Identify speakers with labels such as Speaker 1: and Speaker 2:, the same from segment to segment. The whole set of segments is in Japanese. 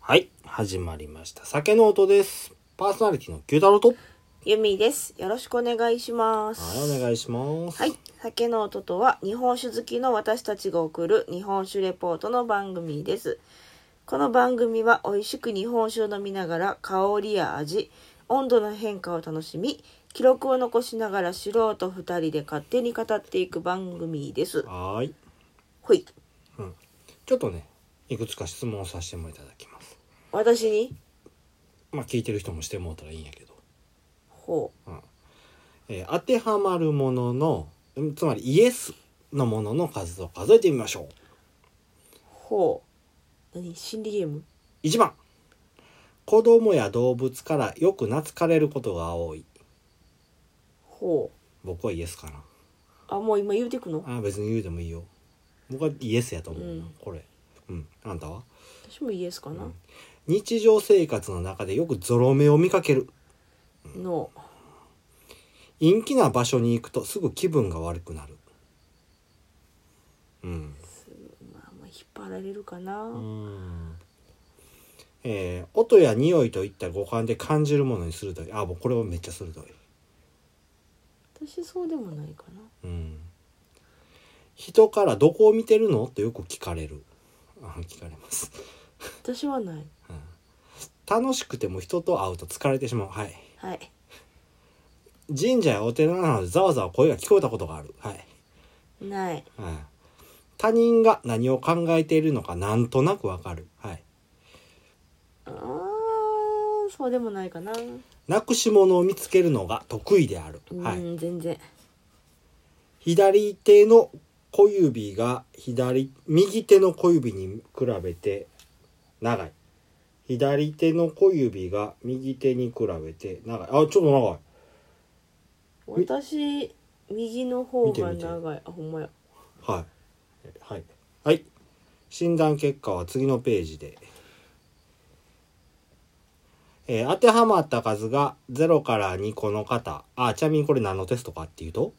Speaker 1: はい、始まりました。酒の音です。パーソナリティの九太郎と。はい、
Speaker 2: ゆみです。よろしくお願いします。
Speaker 1: お願いします。
Speaker 2: はい。酒の音とは日本酒好きの私たちが送る日本酒レポートの番組です。この番組は美味しく日本酒を飲みながら香りや味、温度の変化を楽しみ、記録を残しながら素人二人で勝手に語っていく番組です。
Speaker 1: はーい。
Speaker 2: ほい。
Speaker 1: ちょっとね、いくつか質問をさせてもいただきます。
Speaker 2: 私に
Speaker 1: まあ、聞いてる人もしてもうたらいいんやけど。
Speaker 2: ほう。
Speaker 1: えー当てはまるものの、うんつまりイエスのものの数を数えてみましょう。
Speaker 2: ほう。何心理ゲーム
Speaker 1: 1番。子供や動物からよく懐かれることが多い。
Speaker 2: ほう。
Speaker 1: 僕はイエスかな。
Speaker 2: あ、もう今言うてくの
Speaker 1: あー別に言うでもいいよ。僕はイエスやと思うな、
Speaker 2: うん
Speaker 1: これ。うん。あんたは
Speaker 2: 私もイエスかな、
Speaker 1: 日常生活の中でよくゾロ目を見かける
Speaker 2: の、
Speaker 1: 陰気な場所に行くとすぐ気分が悪くなるうん
Speaker 2: まあ、まあ引っ張られるかな、
Speaker 1: うんえー音や匂いといった五感で感じるものに鋭いあもうこれはめっちゃ鋭い、
Speaker 2: 私そうでもないかな
Speaker 1: うん、人から「どこを見てるの?」とよく聞かれるあ聞かれます
Speaker 2: 私はない
Speaker 1: 楽しくても人と会うと疲れてしまうはい
Speaker 2: はい
Speaker 1: 神社やお寺などでざわざわ声が聞こえたことがあるはい
Speaker 2: ない
Speaker 1: はい、他人が何を考えているのかなんとなくわかる、はい、
Speaker 2: あーそうでもないかな、
Speaker 1: なくし物を見つけるのが得意である、は
Speaker 2: う
Speaker 1: い、
Speaker 2: ん全然
Speaker 1: 左手の小指が左右手の小指に比べて長い左手の小指が右手に比べて長いあちょっと長い
Speaker 2: 私右の方が
Speaker 1: 見て
Speaker 2: 長いあほんまや
Speaker 1: はいはいはい診断結果は次のページで、えー当てはまった数が0から2個の方あちなみにこれ何のテストかっていうと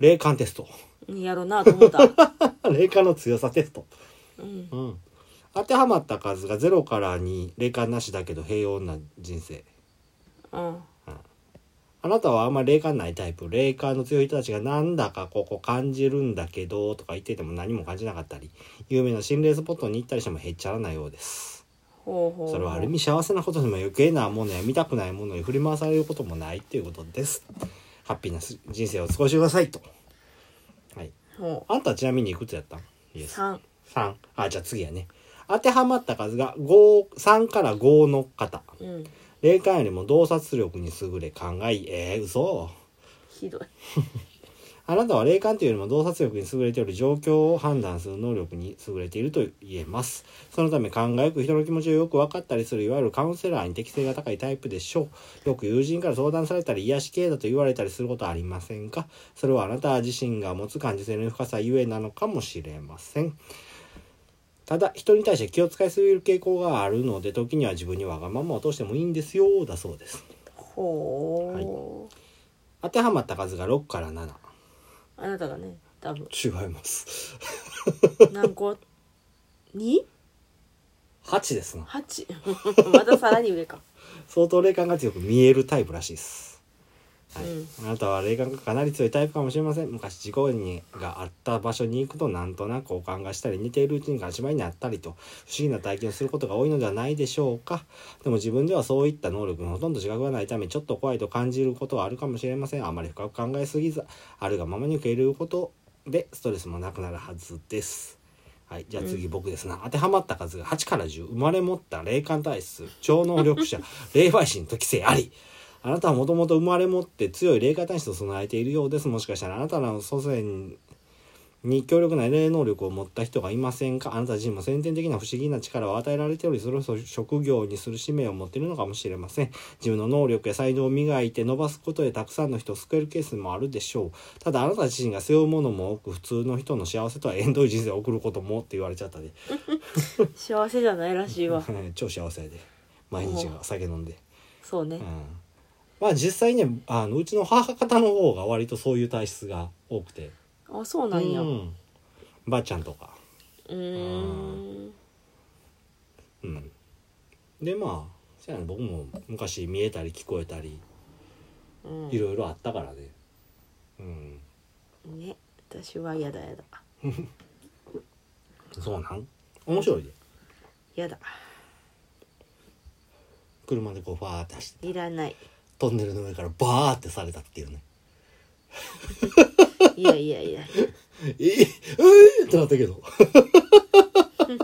Speaker 1: 霊感テスト
Speaker 2: やろうなと思った
Speaker 1: 霊感の強さテスト、
Speaker 2: うん
Speaker 1: うん、当てはまった数が0から2霊感なしだけど平穏な人生
Speaker 2: うん
Speaker 1: あなたはあんまり霊感ないタイプ。霊感の強い人たちがなんだかここ感じるんだけど、とか言ってても何も感じなかったり、有名な心霊スポットに行ったりしてもへっちゃらなようです。
Speaker 2: ほうほうほう
Speaker 1: それはある意味幸せなことにも余計なものや見たくないものに振り回されることもないっていうことです。ハッピーなす人生を過ごしてくださいと。はい。
Speaker 2: ほ
Speaker 1: あんたはちなみにいくつやったんイエ
Speaker 2: う
Speaker 1: ス。
Speaker 2: 三
Speaker 1: 3。あ、じゃあ次やね。当てはまった数が5、3から5の方。
Speaker 2: うん
Speaker 1: 霊感よりも洞察力に優れ考え、えー、嘘。
Speaker 2: ひどい
Speaker 1: あなたは霊感というよりも洞察力に優れており状況を判断する能力に優れていると言えますそのため考えよく人の気持ちをよく分かったりするいわゆるカウンセラーに適性が高いタイプでしょうよく友人から相談されたり癒し系だと言われたりすることはありませんかそれはあなた自身が持つ感じ性の深さゆえなのかもしれませんただ人に対して気を使いすぎる傾向があるので時には自分にわがままを通してもいいんですよだそうです
Speaker 2: ほ
Speaker 1: 当てはまった数が6から7
Speaker 2: う、あなたがね多分
Speaker 1: 違います
Speaker 2: 何個二
Speaker 1: 8ですな
Speaker 2: 八 またさらに上か
Speaker 1: 相当霊感が強く見えるタイプらしいです、はい
Speaker 2: うん
Speaker 1: あなたは霊感がかなり強いタイプかもしれません昔事故にがあった場所に行くとなんとなくお感がしたり似ているうちにガチ場になったりと不思議な体験をすることが多いのではないでしょうかでも自分ではそういった能力にほとんど自覚がないためちょっと怖いと感じることはあるかもしれませんあまり深く考えすぎずあるがままに受け入れることでストレスもなくなるはずですはい、じゃあ次僕ですな、当てはまった数が8から10生まれ持った霊感体質超能力者霊媒師の時性ありあなたはもともと生まれ持って強い霊感体質を備えているようですもしかしたらあなたの祖先に強力な霊能力を持った人がいませんかあなた自身も先天的な不思議な力を与えられておりそれを職業にする使命を持っているのかもしれません自分の能力や才能を磨いて伸ばすことでたくさんの人を救えるケースもあるでしょうただあなた自身が背負うものも多く普通の人の幸せとは縁遠い人生を送ることもって言われちゃったで
Speaker 2: 幸せじゃないらしいわ
Speaker 1: 超幸せやで毎日が酒飲んで。
Speaker 2: そうね、
Speaker 1: うんまあ実際ねあのうちの母方の方が割とそういう体質が多くて
Speaker 2: あそうなんや
Speaker 1: う
Speaker 2: うん
Speaker 1: ばあちゃんとか、
Speaker 2: ーん
Speaker 1: うん、でまあそやな僕も昔見えたり聞こえたり
Speaker 2: うん
Speaker 1: いろいろあったからねうん
Speaker 2: ね私はやだやだ
Speaker 1: そうなん面白いで
Speaker 2: やだ
Speaker 1: 車でこうファーって走って
Speaker 2: いらない
Speaker 1: トンネルの上からバーってされたっていうね
Speaker 2: いやいやいや
Speaker 1: えええーってなったけど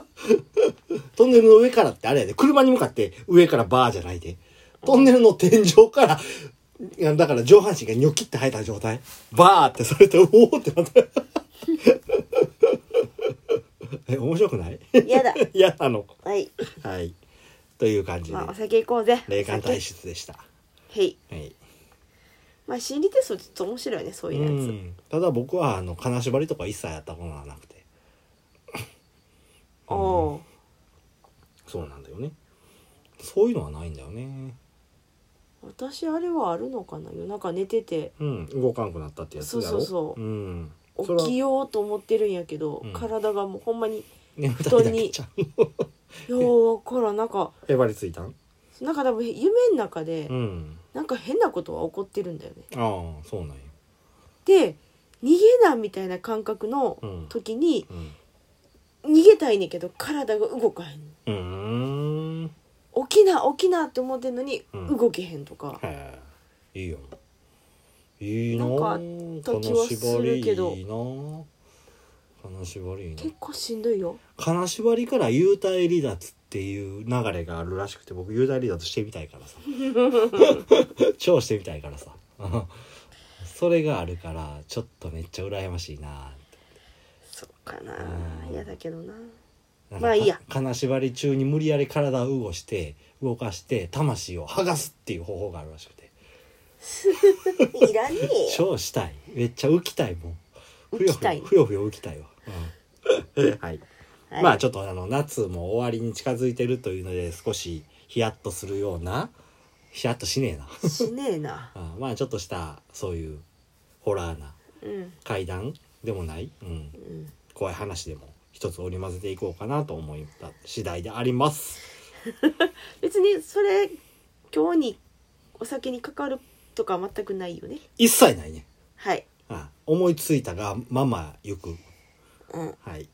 Speaker 1: トンネルの上からってあれやで車に向かって上からバーじゃないでトンネルの天井からいやだから上半身がニョキって生えた状態バーってされておおって なったえ面白くない
Speaker 2: やだ
Speaker 1: 嫌なの
Speaker 2: はい
Speaker 1: はいという感じで
Speaker 2: まあお酒行こうぜ
Speaker 1: 霊感体
Speaker 2: お酒
Speaker 1: 質でした
Speaker 2: へい
Speaker 1: はい
Speaker 2: まあ心理テストちょっと面白いねそういう
Speaker 1: う
Speaker 2: やつ、
Speaker 1: ん、ただ僕はあの金縛りとか一切やったことはなくて
Speaker 2: おお
Speaker 1: そうなんだよねそういうのはないんだよね
Speaker 2: ー私あれはあるのかな夜中寝てて
Speaker 1: うん動かんくなったってやつだろ
Speaker 2: そうそうそう
Speaker 1: うん
Speaker 2: 起
Speaker 1: それは
Speaker 2: きようと思ってるんやけど、
Speaker 1: うん
Speaker 2: 体がもうほんまに
Speaker 1: 眠たいだけじゃん
Speaker 2: ようからなんか
Speaker 1: へばりついたん
Speaker 2: なんか多分夢の中で、
Speaker 1: うん
Speaker 2: なんか変なことは起こってるんだよね
Speaker 1: ああそうなんや
Speaker 2: で逃げなみたいな感覚の
Speaker 1: うん
Speaker 2: 時に、
Speaker 1: うん
Speaker 2: 逃げたいねんけど体が動かへん
Speaker 1: うーん
Speaker 2: 起きな起きなって思ってんのに、
Speaker 1: うん
Speaker 2: 動けへんとか
Speaker 1: へえいいよいいな
Speaker 2: なんかあった気は
Speaker 1: 金
Speaker 2: す
Speaker 1: 縛り
Speaker 2: る
Speaker 1: い
Speaker 2: けど
Speaker 1: いな金縛りいいな
Speaker 2: 結構しんどいよ
Speaker 1: 金縛りから幽体離脱っていう流れがあるらしくて僕幽体離脱してみたい からさ超してみたいからさ それがあるからちょっとめっちゃ羨ましいな
Speaker 2: そうかな
Speaker 1: うん
Speaker 2: 嫌だけどな
Speaker 1: なんか
Speaker 2: まあいいや
Speaker 1: か金縛り中に無理やり体を動かして動かして魂を剥がすっていう方法があるらしくて
Speaker 2: いらねえよ
Speaker 1: 超 したいめっちゃ浮きたいもんふよ
Speaker 2: 浮き
Speaker 1: ふ
Speaker 2: たい
Speaker 1: よふよふよ浮きたいわ、うんはい
Speaker 2: はい
Speaker 1: まあちょっとあの夏も終わりに近づいてるというので少しヒヤッとするようなヒヤッとしねえな
Speaker 2: しねえな
Speaker 1: あまあちょっとしたそういうホラーな
Speaker 2: うん
Speaker 1: 怪談でもない、うん
Speaker 2: う、ん
Speaker 1: 怖い話でも一つ織り交ぜていこうかなと思った次第であります
Speaker 2: 別にそれ今日にお酒にかかるとか全くないよね
Speaker 1: 一切ないね
Speaker 2: はい、
Speaker 1: あ思いついたがままゆく
Speaker 2: うん
Speaker 1: はい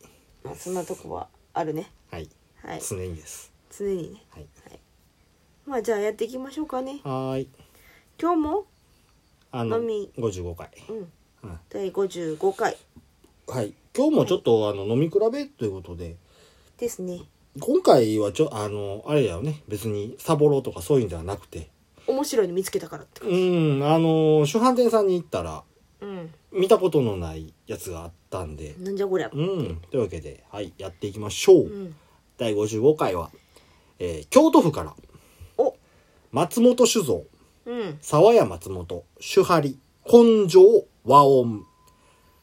Speaker 2: まあ、そんなとこはあるね
Speaker 1: はい
Speaker 2: はい
Speaker 1: 常にです
Speaker 2: 常にね
Speaker 1: はい
Speaker 2: まあじゃあやっていきましょうかね
Speaker 1: はーい
Speaker 2: 今日も
Speaker 1: あの
Speaker 2: 飲み
Speaker 1: 55回、
Speaker 2: うん
Speaker 1: うん
Speaker 2: 第55回
Speaker 1: はい今日もちょっとあの飲み比べということで、
Speaker 2: ですね
Speaker 1: 今回はちょあのあれだよね別にサボろうとかそういうんではなくて
Speaker 2: 面白いの見つけたからって感
Speaker 1: う
Speaker 2: じ
Speaker 1: んあの主販店さんに行ったら
Speaker 2: うん、
Speaker 1: 見たことのないやつがあったんで
Speaker 2: なんじゃこりゃ
Speaker 1: うんというわけではいやっていきましょう、
Speaker 2: うん
Speaker 1: 第55回は、えー京都府から
Speaker 2: お
Speaker 1: 松本酒造
Speaker 2: うん
Speaker 1: 沢屋松本酒張根性和音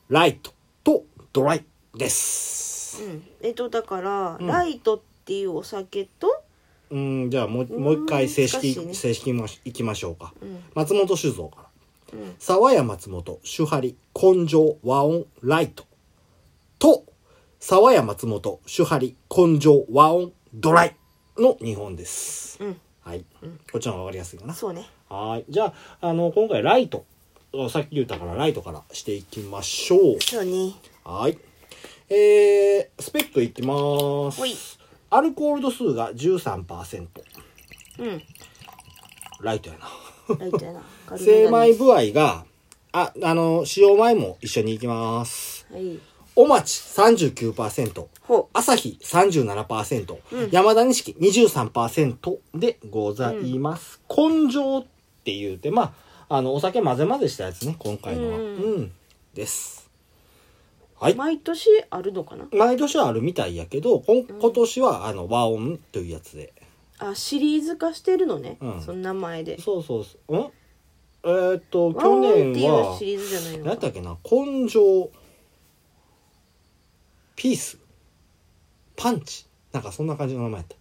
Speaker 1: ライトとドライです
Speaker 2: うんえっとだから、
Speaker 1: うん
Speaker 2: ライトっていうお酒と、
Speaker 1: うんじゃあもうもう一回正式、
Speaker 2: うん難しいね
Speaker 1: 正式もしいきましょうか
Speaker 2: うん
Speaker 1: 松本酒造から
Speaker 2: うん、
Speaker 1: 沢屋松本酒張根性和音ライトと沢屋松本酒張根性和音ドライの2本です、
Speaker 2: うん
Speaker 1: はい、
Speaker 2: うん
Speaker 1: こっちの方が分かりやすいかな
Speaker 2: そうね
Speaker 1: はいじゃああの今回ライトさっき言ったからライトからしていきましょう
Speaker 2: そうね
Speaker 1: はいえー、スペックいきます
Speaker 2: ほい
Speaker 1: アルコール度数が13%
Speaker 2: うん
Speaker 1: ライトやな
Speaker 2: ライトやな軽め
Speaker 1: 精
Speaker 2: だ
Speaker 1: 米
Speaker 2: ね
Speaker 1: 具合がああの使用前も一緒に行きます
Speaker 2: はい
Speaker 1: おまち39%、
Speaker 2: ほ
Speaker 1: 朝日37%、山田錦23%でございます。根性って言うて、まあ、あの、お酒混ぜ混ぜしたやつね、今回のは。う
Speaker 2: うんん、
Speaker 1: です。は
Speaker 2: う
Speaker 1: い。
Speaker 2: 毎年あるのかな
Speaker 1: 毎年あるみたいやけど、こん今年は、あの、和音というやつで。
Speaker 2: あシリーズ化してるのね、
Speaker 1: うん
Speaker 2: その名前で
Speaker 1: そうそうそう。んえーっと、
Speaker 2: ワン
Speaker 1: 去
Speaker 2: オン
Speaker 1: 年
Speaker 2: っていう
Speaker 1: は
Speaker 2: シ、リーズじゃないの
Speaker 1: 何やっ
Speaker 2: か
Speaker 1: たっけな、根性、ピース、パンチ。なんかそんな感じの名前やった。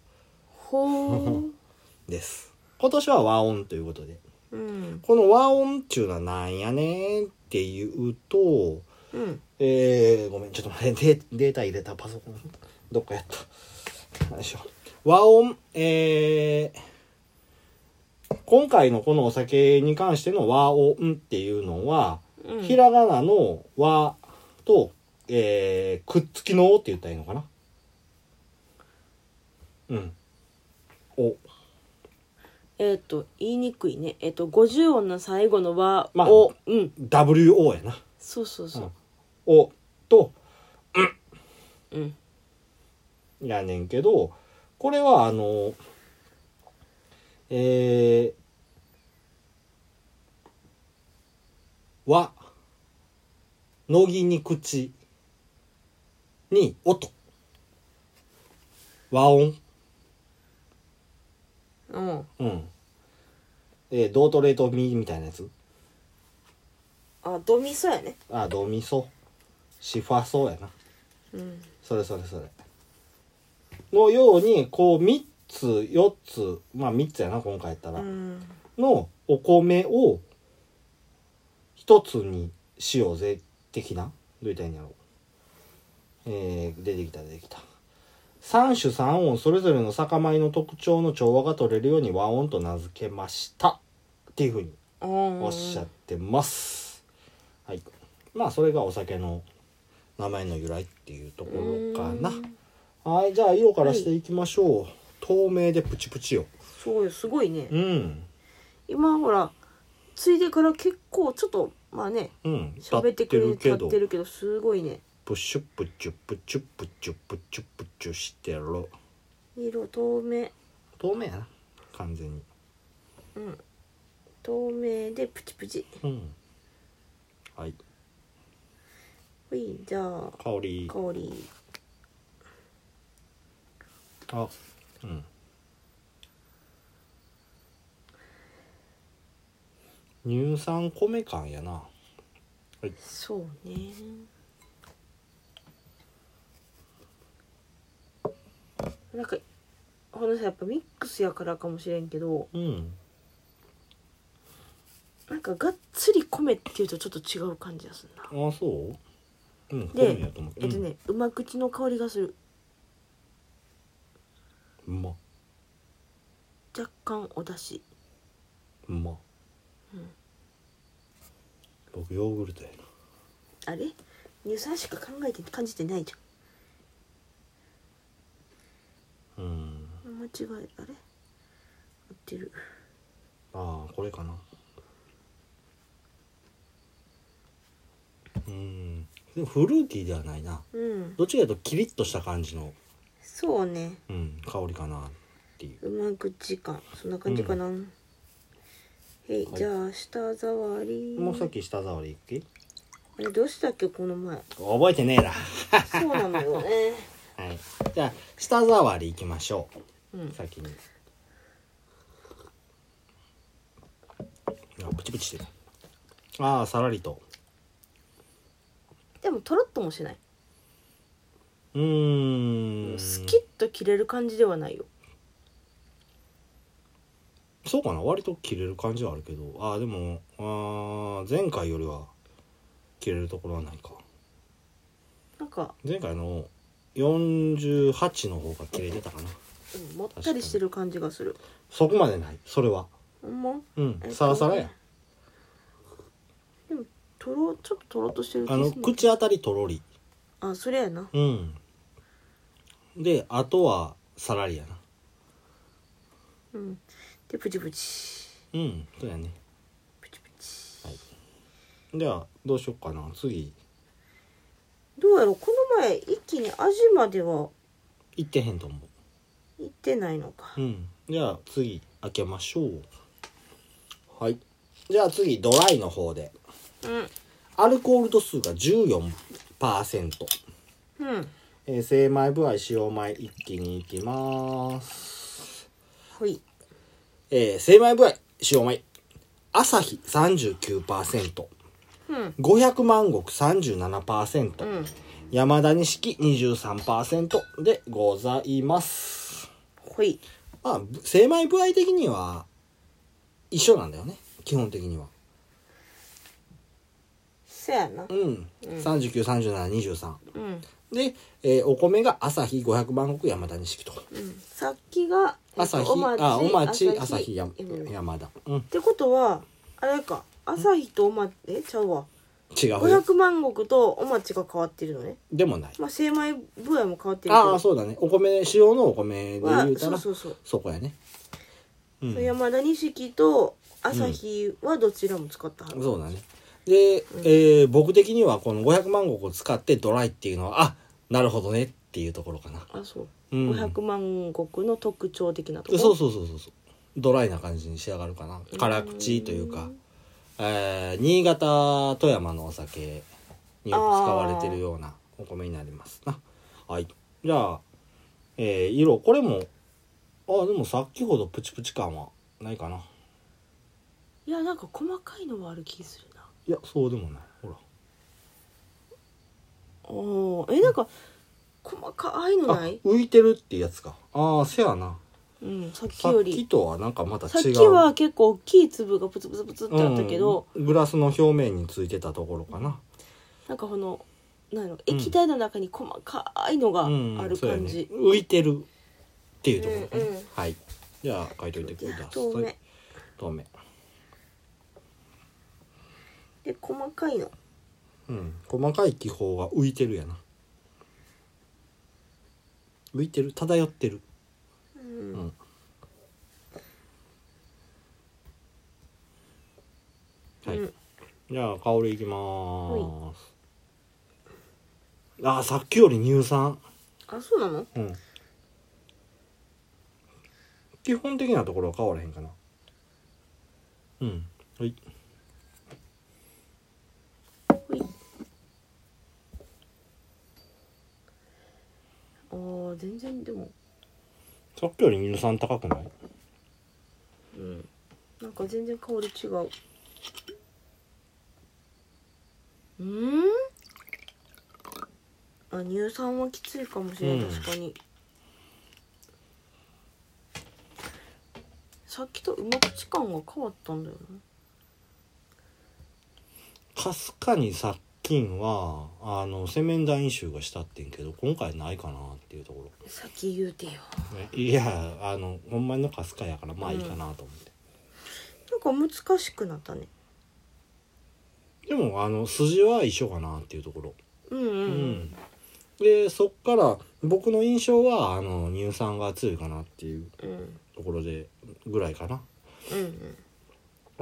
Speaker 2: ほう
Speaker 1: です今年は和音ということで
Speaker 2: うん
Speaker 1: この和音っていうのはなんやねんっていうと
Speaker 2: うん
Speaker 1: えー、ごめんちょっと待ってデーデータ入れたパソコンどっかやったよいしょ和音、えー今回のこのお酒に関しての和音っていうのは、
Speaker 2: うん
Speaker 1: ひらがなの和と、えーくっつきのおって言ったらいいのかなうん。お。
Speaker 2: えっ、と言いにくいねえっ、と50音の最後の和を、
Speaker 1: まあ
Speaker 2: うん
Speaker 1: WO やな。
Speaker 2: そうそうそう
Speaker 1: おと、
Speaker 2: うん
Speaker 1: やねんけどこれはあのえー、和乃木に口に音和音、
Speaker 2: うん
Speaker 1: うんえー、ドートレートミみたいなやつ
Speaker 2: あドミソやね
Speaker 1: あドミソシファソやな
Speaker 2: うん
Speaker 1: それそれそれのようにこう3つ4つまあ3つやな今回やったら、
Speaker 2: うん
Speaker 1: のお米を一つにしようぜ的などう言ったらいいんやろう、えー、出てきた出てきた三種三音それぞれの酒米の特徴の調和が取れるように和音と名付けましたっていうふうにお
Speaker 2: お
Speaker 1: っしゃってます、はいまあそれがお酒の名前の由来っていうところかなはいじゃあ色からしていきましょう、透明でプチプチよ
Speaker 2: そうよすごいね
Speaker 1: うん
Speaker 2: 今ほらついでから結構ちょっとまあね
Speaker 1: うん
Speaker 2: 喋ってくれて
Speaker 1: 立
Speaker 2: やってるけどすごいね
Speaker 1: プシュプチュプチュプチュプチュプチュしてろ
Speaker 2: 色透明
Speaker 1: 透明やな完全に
Speaker 2: 透明でプチプチ
Speaker 1: うんはい
Speaker 2: ほいじゃあ
Speaker 1: 香り
Speaker 2: 香り
Speaker 1: あうん乳酸米感やな
Speaker 2: そうねなんかほんとやっぱミックスやからかもしれんけど
Speaker 1: うん
Speaker 2: なんかがっつり米っていうとちょっと違う感じがするな
Speaker 1: あそううん
Speaker 2: で
Speaker 1: 米やと思う
Speaker 2: えっとね、うま口の香りがする
Speaker 1: うんうま
Speaker 2: 若干お出汁
Speaker 1: うま僕ヨーグルトやな
Speaker 2: あれ乳酸しか考えて感じてないじ
Speaker 1: うん
Speaker 2: ゃん間違えあれ合ってる
Speaker 1: ああこれかなうんでもフルーティーではないな
Speaker 2: うん
Speaker 1: どっちかというとキリッとした感じの、
Speaker 2: そうね
Speaker 1: うん、香りかなっていう
Speaker 2: うま口感そんな感じかな、へい
Speaker 1: はい
Speaker 2: じゃあ舌触り
Speaker 1: もうさっき舌触りいっけ
Speaker 2: あれどうしたっけこの前
Speaker 1: 覚えてねえな
Speaker 2: そうなの よね
Speaker 1: はいじゃあ舌触りいきましょ
Speaker 2: う
Speaker 1: うん先にあプチプチしてるああさらりと
Speaker 2: でもとろっともしないう
Speaker 1: ーん
Speaker 2: スキッと切れる感じではないよ
Speaker 1: そうかな割と切れる感じはあるけどああでもあー前回よりは切れるところはないか
Speaker 2: なんか、
Speaker 1: 前回の48の方が切れてたかな
Speaker 2: うん、もったりしてる感じがする
Speaker 1: そこまでないそれは
Speaker 2: ほんま
Speaker 1: うん
Speaker 2: え
Speaker 1: サラサラや
Speaker 2: でもとろちょっととろっとしてる
Speaker 1: あ
Speaker 2: 気が
Speaker 1: の
Speaker 2: するね
Speaker 1: 口当たりとろり
Speaker 2: あそれやな
Speaker 1: うんであとはさらりやな
Speaker 2: うんでプチプチ
Speaker 1: うんそうやね
Speaker 2: プチプチ
Speaker 1: ではどうしよっかな次
Speaker 2: どうやろうこの前一気に味までは
Speaker 1: 行ってへんと思
Speaker 2: いってないのか
Speaker 1: ううんじゃあ次開けましょうはいじゃあ次ドライの方で
Speaker 2: うん
Speaker 1: アルコール度数が14%、
Speaker 2: うん
Speaker 1: えー、精米部合使用米一気にいきます、
Speaker 2: ほい
Speaker 1: えー、精米部合使用米朝日 39%500 万石
Speaker 2: うん
Speaker 1: 37%、
Speaker 2: うん
Speaker 1: 山田錦23%でございます
Speaker 2: ほい
Speaker 1: まあ精米部合的には一緒なんだよね基本的には
Speaker 2: せやな
Speaker 1: うん、393723
Speaker 2: うん
Speaker 1: で、えーお米が朝日500万石山田錦と
Speaker 2: うん、さっきが、えっと
Speaker 1: 朝日、
Speaker 2: お町
Speaker 1: あお町朝日
Speaker 2: 朝日
Speaker 1: や
Speaker 2: 山田っ
Speaker 1: 山田、うん、
Speaker 2: てことはあれか朝日とおまえちゃうわ
Speaker 1: 違う
Speaker 2: 500万石とお町が変わってるのね
Speaker 1: でもない
Speaker 2: まあ精米分野も変わってるけ
Speaker 1: ああ
Speaker 2: ど
Speaker 1: そうだねお米塩のお米で
Speaker 2: は
Speaker 1: 言うた
Speaker 2: そ
Speaker 1: ら
Speaker 2: う
Speaker 1: そ
Speaker 2: そうそう、
Speaker 1: こやねうん
Speaker 2: そう山田錦と朝日はどちらも使ったはず、
Speaker 1: そうだねで、えー僕的にはこの500万石を使ってドライっていうのはあなるほどねっていうところかな
Speaker 2: あそう、
Speaker 1: うん
Speaker 2: 500万石の特徴的なとこ
Speaker 1: そうそうそうそうそうドライな感じに仕上がるかな辛口というか、えー新潟富山のお酒によく使われてるようなお米になりますなはいじゃあ、えー色これもあでもさっきほどプチプチ感はないかない
Speaker 2: やなんか細かいのはある気するない
Speaker 1: やそうでもないほら
Speaker 2: おーえなんか細かいの
Speaker 1: あ
Speaker 2: ない
Speaker 1: 浮いてるってやつかああせやな
Speaker 2: うんさっき
Speaker 1: さ
Speaker 2: よ
Speaker 1: っき
Speaker 2: り
Speaker 1: とはなんかまた違う
Speaker 2: さっきは結構大きい粒がプツプツプツってあったけど、
Speaker 1: うんグラスの表面についてたところかな
Speaker 2: なんかこのなんやろ
Speaker 1: うん
Speaker 2: 液体の中に細かいのが
Speaker 1: うん
Speaker 2: ある
Speaker 1: そうや
Speaker 2: 感
Speaker 1: ね
Speaker 2: じ、
Speaker 1: 浮いてるっていうところかな、
Speaker 2: うんうん
Speaker 1: はいじゃあ書いといてください
Speaker 2: 透明
Speaker 1: 透明
Speaker 2: で細かいの
Speaker 1: うん細かい気泡が浮いてるやな浮いてる漂ってる
Speaker 2: うん、
Speaker 1: うんはい、
Speaker 2: うん
Speaker 1: じゃあ香りいきますあーさっきより乳酸
Speaker 2: あそうなの
Speaker 1: うん基本的なところは変わらへんかなうんはい
Speaker 2: あー全然でも
Speaker 1: さっきより乳酸高くない
Speaker 2: うんなんか全然香り違ううんあ乳酸はきついかもしれない、
Speaker 1: うん
Speaker 2: 確かにさっきとうま口感が変わったんだよ
Speaker 1: かすかに殺菌はあの洗面台飲酒がしたってんけど今回ないかなっていうとこ
Speaker 2: なさっき言うてよ
Speaker 1: ろ、ね、いやあのほんまのかすかやからまあいいかなと思って、
Speaker 2: なんか難しくなったね
Speaker 1: でもあの筋は一緒かなっていうところ
Speaker 2: うんうん
Speaker 1: う
Speaker 2: うん
Speaker 1: んでそっから僕の印象はあの乳酸が強いかなっていう
Speaker 2: うん
Speaker 1: ところでぐらいかな
Speaker 2: うん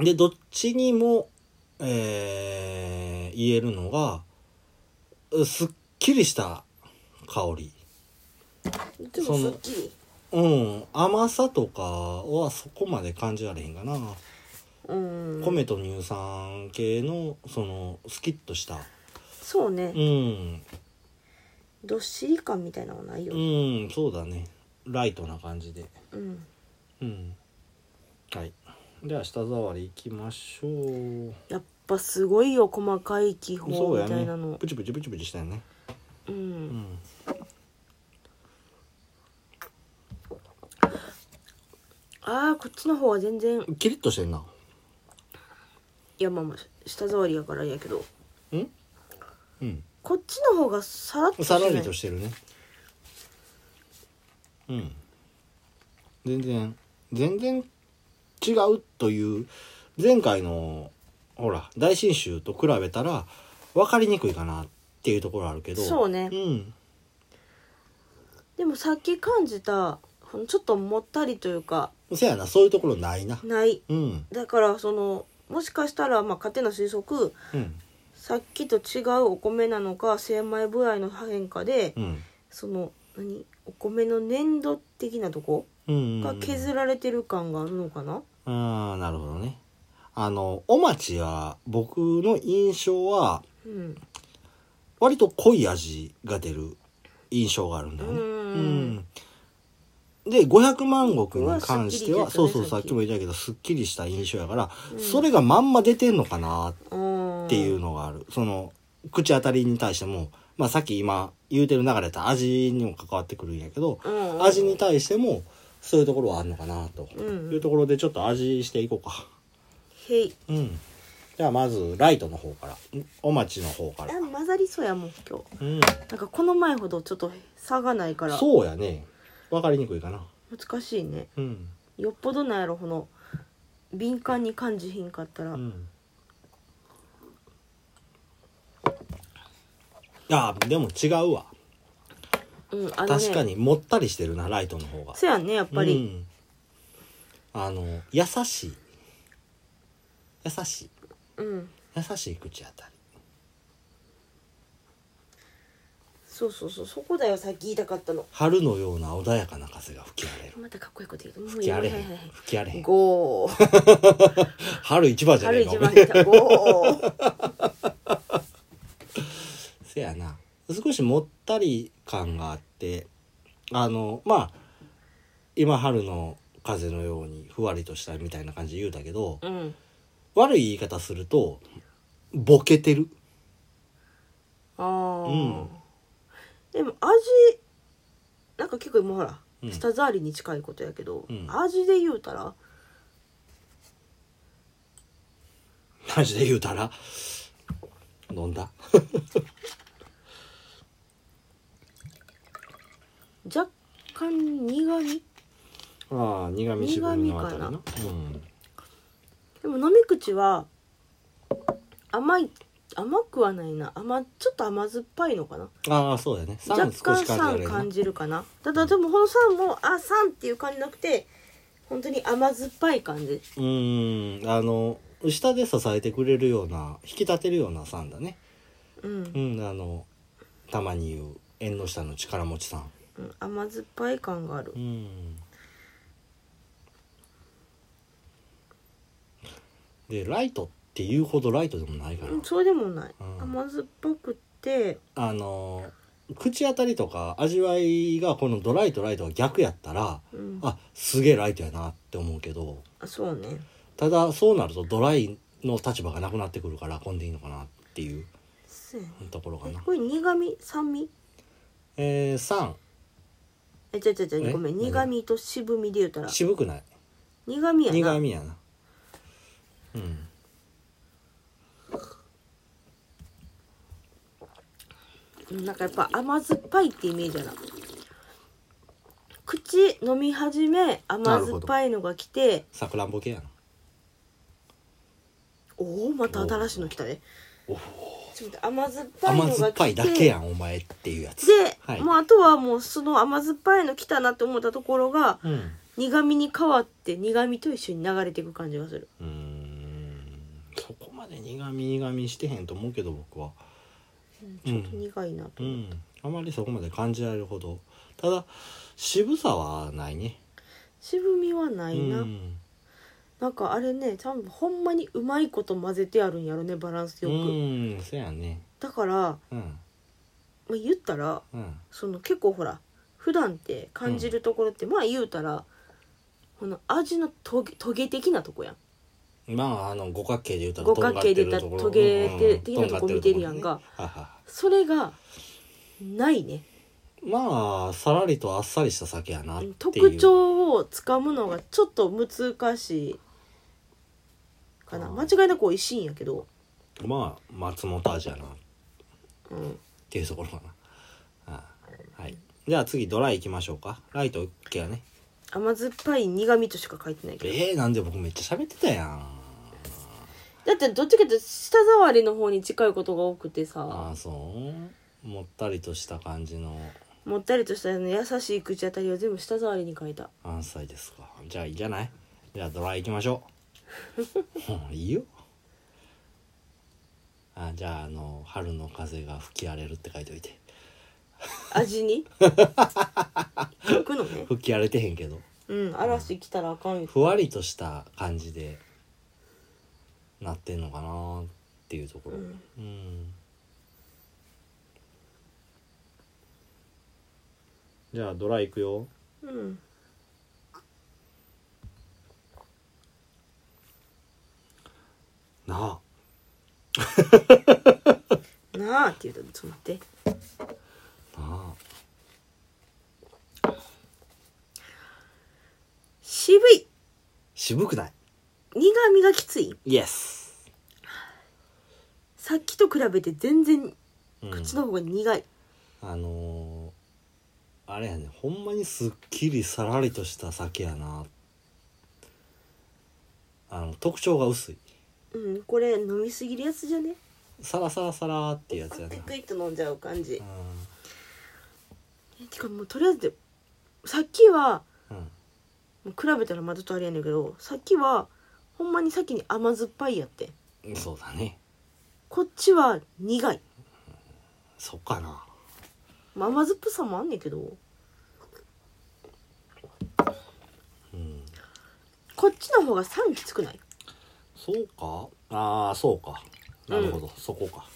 Speaker 2: うん
Speaker 1: でどっちにも、えー言えるのがうすっきりした香り
Speaker 2: でもさっき
Speaker 1: うん甘さとかはそこまで感じられへんかな、
Speaker 2: うん
Speaker 1: 米と乳酸系のそのスキッとした
Speaker 2: そうね、
Speaker 1: うん
Speaker 2: どっしり感みたいなのはないよ、
Speaker 1: うんそうだねライトな感じで
Speaker 2: うん、
Speaker 1: うんはいでは舌触りいきましょう
Speaker 2: やっぱすごいよ細かい気泡
Speaker 1: そうや
Speaker 2: みたいな
Speaker 1: ね
Speaker 2: の
Speaker 1: プチプチプチプチしたよね
Speaker 2: う
Speaker 1: うんん
Speaker 2: あーこっちの方は全然い
Speaker 1: キリッとしてんな
Speaker 2: やまあまあ舌触りやからやけど
Speaker 1: うんうん
Speaker 2: こっちの方がさらっと
Speaker 1: さら
Speaker 2: してな
Speaker 1: り
Speaker 2: い
Speaker 1: としてるねうん全然全然違うという前回のほら大新集と比べたら分かりにくいかなっていうところあるけど
Speaker 2: そうね
Speaker 1: うん
Speaker 2: でもさっき感じたこのちょっともったりというか
Speaker 1: せやなそういうところないな
Speaker 2: ない
Speaker 1: うん
Speaker 2: だからそのもしかしたらまあ勝手な推測
Speaker 1: うん
Speaker 2: さっきと違うお米なのか精米部合の変化で、
Speaker 1: うん
Speaker 2: その何お米の粘土的なとこ
Speaker 1: うん
Speaker 2: が削られてる感があるのかな、
Speaker 1: ああなるほどねあのお町は僕の印象は
Speaker 2: うん、
Speaker 1: 割と濃い味が出る印象があるんだよね。
Speaker 2: うん
Speaker 1: うんで500万石に関しては
Speaker 2: はす
Speaker 1: そう
Speaker 2: っきりですよね
Speaker 1: そう
Speaker 2: さ
Speaker 1: さ
Speaker 2: っ
Speaker 1: っ
Speaker 2: き
Speaker 1: きも言ったけどすっきりした印象やから、
Speaker 2: うん
Speaker 1: それがまんま出てんのかなっ
Speaker 2: って
Speaker 1: いうのがある、その口当たりに対しても、まあ、さっき今言うてる流れやったら味にも関わってくるんやけど、味に対してもそういうところはあるのかなと
Speaker 2: うん
Speaker 1: いうところでちょっと味していこうか。
Speaker 2: へい
Speaker 1: うんじゃあまずライトの方からんお待ちの方から
Speaker 2: あ混ざりそうやもん今日
Speaker 1: うん
Speaker 2: なんかこの前ほどちょっと差がないから
Speaker 1: そうやね分かりにくいかな
Speaker 2: 難しいね
Speaker 1: うん
Speaker 2: よっぽどなんやろこの敏感に感じひんかったら、
Speaker 1: うんあでも違うわ
Speaker 2: うん、あのね
Speaker 1: 確かにもったりしてるなライトの方が
Speaker 2: そうやんねやっぱり、
Speaker 1: うん、あの優しい優しい
Speaker 2: うん
Speaker 1: 優しい口当たり
Speaker 2: そうそうそうそこだよさっき言いたかったの
Speaker 1: 春のような穏やかな風が吹き荒れる
Speaker 2: またかっこいいこと言うともう
Speaker 1: 吹き荒れへ
Speaker 2: はい
Speaker 1: ん
Speaker 2: はいは
Speaker 1: 吹き荒れへ
Speaker 2: い
Speaker 1: ん
Speaker 2: ゴー
Speaker 1: 春一番じゃね
Speaker 2: 春
Speaker 1: えか
Speaker 2: 一
Speaker 1: お
Speaker 2: 番
Speaker 1: 前
Speaker 2: 来たゴー
Speaker 1: せやな少しもったり感があってあのまあ今春の風のようにふわりとしたみたいな感じで言うたけど
Speaker 2: うん
Speaker 1: 悪い言い方するとボケてる
Speaker 2: ああ、
Speaker 1: うん
Speaker 2: でも味なんか結構もうほら、
Speaker 1: うん
Speaker 2: 舌触りに近いことやけど、
Speaker 1: うん
Speaker 2: 味で言うたら
Speaker 1: マジで言うたら飲んだ
Speaker 2: 若干苦味
Speaker 1: ああ苦味渋みのあたりな
Speaker 2: 苦
Speaker 1: うん
Speaker 2: でも飲み口は甘い甘くはないな甘ちょっと甘酸っぱいのかな
Speaker 1: ああそうだよね酸
Speaker 2: 若
Speaker 1: 少し感
Speaker 2: 干
Speaker 1: じら
Speaker 2: 酸
Speaker 1: れるな
Speaker 2: 感じるかなただでもこの酸もあ酸っていう感じなくて本当に甘酸っぱい感じ
Speaker 1: うーんあの下で支えてくれるような引き立てるような酸だね
Speaker 2: うん、
Speaker 1: うんあのたまに言う縁の下の力持ちさん
Speaker 2: うん甘酸っぱい感がある
Speaker 1: うんでライトっていうほどライトでもないから、
Speaker 2: うんそうでもない、
Speaker 1: うん
Speaker 2: 甘酸っぱくて
Speaker 1: あの口当たりとか味わいがこのドライとライトが逆やったら
Speaker 2: うん
Speaker 1: あすげえライトやなって思うけど
Speaker 2: あそうね
Speaker 1: ただそうなるとドライの立場がなくなってくるから混んでいいのかなっていう
Speaker 2: そうやね
Speaker 1: ところか
Speaker 2: え
Speaker 1: な
Speaker 2: これ苦味酸味
Speaker 1: えー、3
Speaker 2: え違う違う違
Speaker 1: え
Speaker 2: うごめん
Speaker 1: 何
Speaker 2: 苦味と渋みで言うたら
Speaker 1: 渋くない
Speaker 2: 苦味やな
Speaker 1: 苦味やなうん
Speaker 2: うんなんかやっぱ甘酸っぱいってイメージやな口飲み始め
Speaker 1: な
Speaker 2: 甘
Speaker 1: る
Speaker 2: 酸
Speaker 1: ほ
Speaker 2: っ
Speaker 1: ど
Speaker 2: ぱいのが来て
Speaker 1: さくらんぼ系やな
Speaker 2: おおまた新しいの来たね
Speaker 1: おー
Speaker 2: ちょっと待って甘酸っぱいの
Speaker 1: 甘
Speaker 2: が来て
Speaker 1: 酸っぱいだけやんお前っていうやつ
Speaker 2: で、
Speaker 1: はい
Speaker 2: もうあとはもうその甘酸っぱいの来たなって思ったところが
Speaker 1: うん
Speaker 2: 苦味に変わって苦味と一緒に流れていく感じがする
Speaker 1: うーんそこまで苦味苦味してへんと思うけど僕は
Speaker 2: ちょっと苦いな
Speaker 1: う
Speaker 2: と、
Speaker 1: んあまりそこまで感じられるほどただ渋さはないね
Speaker 2: 渋みはな
Speaker 1: う
Speaker 2: いな、
Speaker 1: ん
Speaker 2: なんかあれね多分ほんまにうまいこと混ぜてあるんやろねバランス
Speaker 1: う
Speaker 2: よく、
Speaker 1: んそやね
Speaker 2: だから、ま
Speaker 1: うん
Speaker 2: あ、言ったら
Speaker 1: うん
Speaker 2: その結構ほら普段って感じるところって、まあ言うたらこの味のトゲトゲ的なとこやん
Speaker 1: まああの五角形で言うたら
Speaker 2: 五角形で言ったら
Speaker 1: とんがってるところ
Speaker 2: トゲて的なとこ見てるやんか
Speaker 1: うんとがってるところねはは
Speaker 2: それがないね
Speaker 1: まあさらりとあっさりした酒やなっていう
Speaker 2: 特徴をつかむのがちょっと難しいかな
Speaker 1: あ
Speaker 2: 間
Speaker 1: ー
Speaker 2: 違いなく美味しいんやけど、
Speaker 1: まあ松本味やなっ
Speaker 2: うん、
Speaker 1: ていうところかなああはいじゃあ次ドライ行きましょうかライト OK やね
Speaker 2: 甘酸っぱい苦味としか書いてないけど
Speaker 1: えー、なんで僕めっちゃ喋ってたやん
Speaker 2: だってどっちかっていうと舌触りの方に近いことが多くて
Speaker 1: あ
Speaker 2: さ
Speaker 1: あそうもったりとした感じの
Speaker 2: もったりとしたあの優しい口当たりを全部舌触りに書いた
Speaker 1: 安西ですかじゃあいいじゃないじゃあドライ行きましょううんいいよあじゃああの「春の風が吹き荒れる」って書いといて
Speaker 2: 味に書くのね
Speaker 1: 吹き荒れてへんけど
Speaker 2: うん嵐来たらあかんよ
Speaker 1: ふわりとした感じでなってんのかなっていうところ
Speaker 2: うん
Speaker 1: うんじゃあドライ行くよ
Speaker 2: うん
Speaker 1: なあ
Speaker 2: なあって言うとちょっと待って
Speaker 1: なあ
Speaker 2: 渋い
Speaker 1: 渋くない
Speaker 2: 苦味がきつい
Speaker 1: イエス
Speaker 2: さっきと比べて全然
Speaker 1: うん
Speaker 2: 口の方が苦い、
Speaker 1: あのーあれやねほんまにすっきりさらりとした酒やなあの特徴が薄い
Speaker 2: うんこれ飲みすぎるやつじゃね
Speaker 1: サラサラサラーっていうやつやな
Speaker 2: テクイッと飲んじゃう感じ
Speaker 1: う
Speaker 2: えてかもうとりあえずでさっきは
Speaker 1: んうん
Speaker 2: もう比べたらまたとあれやねんけどさっきはほんまに先に甘酸っぱいやって
Speaker 1: そうだね
Speaker 2: こっちは苦い、
Speaker 1: そっかな
Speaker 2: まあ、甘酸っぱさもあんねんけど
Speaker 1: うん
Speaker 2: こっちの方が酸きつくない
Speaker 1: そうかああそうかなるほど、そこか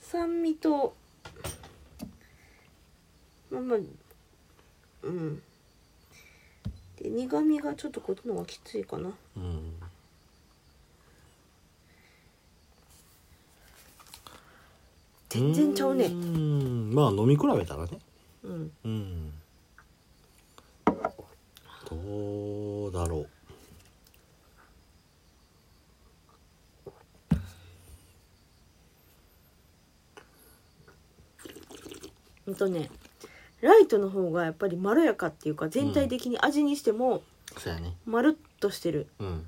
Speaker 2: 酸味とまあまあうんで苦みがちょっとこっちの方がきついかな
Speaker 1: うん、うん、
Speaker 2: 全然ちゃうね
Speaker 1: うんまあ飲み比べたらね
Speaker 2: うん
Speaker 1: うんどうだろ
Speaker 2: ほんとねライトの方がやっぱりまろやかっていうか全体的に味にしても
Speaker 1: うそうやね
Speaker 2: まるっとしてる
Speaker 1: うん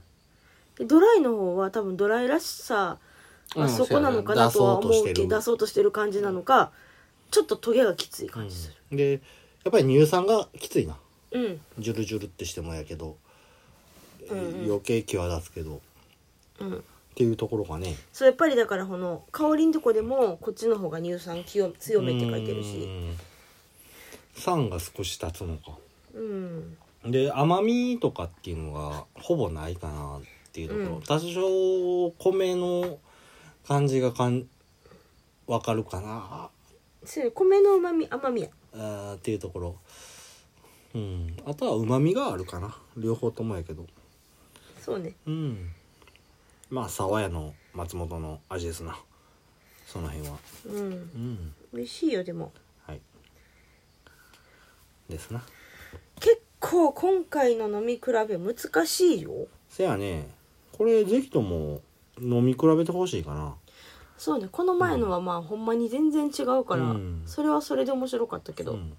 Speaker 2: でドライの方は多分ドライらしさ
Speaker 1: う
Speaker 2: が
Speaker 1: ん
Speaker 2: そこなのかなとは思うけ
Speaker 1: そうやね出そうとしてる
Speaker 2: ど出そうとしてる感じなのかちょっとトゲがきつい感じす
Speaker 1: うん、でやっぱり乳酸がきついな
Speaker 2: るうん
Speaker 1: ジュルジュルってしてもやけど、
Speaker 2: うんうん
Speaker 1: 余計際立つけどっ
Speaker 2: うん
Speaker 1: ていうところがね
Speaker 2: そうやっぱりだからこの香りんとこでもこっちの方が乳酸強強めって書いてるし
Speaker 1: うん酸が少し立つのか
Speaker 2: うん
Speaker 1: で甘みとかっていうのがほぼないかなっていうところ、
Speaker 2: うん
Speaker 1: 多少米の感じがかんわかるかな
Speaker 2: そう米の旨味甘みや
Speaker 1: あーっていうところうんあとはうまみがあるかな両方ともやけど
Speaker 2: そうね
Speaker 1: うんまあ沢屋の松本の味ですなその辺は
Speaker 2: うん
Speaker 1: うん
Speaker 2: 美味しいよでも
Speaker 1: はいですな
Speaker 2: 結構今回の飲み比べ難しいよ
Speaker 1: せやねこれぜひとも飲み比べてほしいかな
Speaker 2: そうねこの前のはまあほんまに全然違うから、
Speaker 1: うん
Speaker 2: それはそれで面白かったけど、
Speaker 1: うん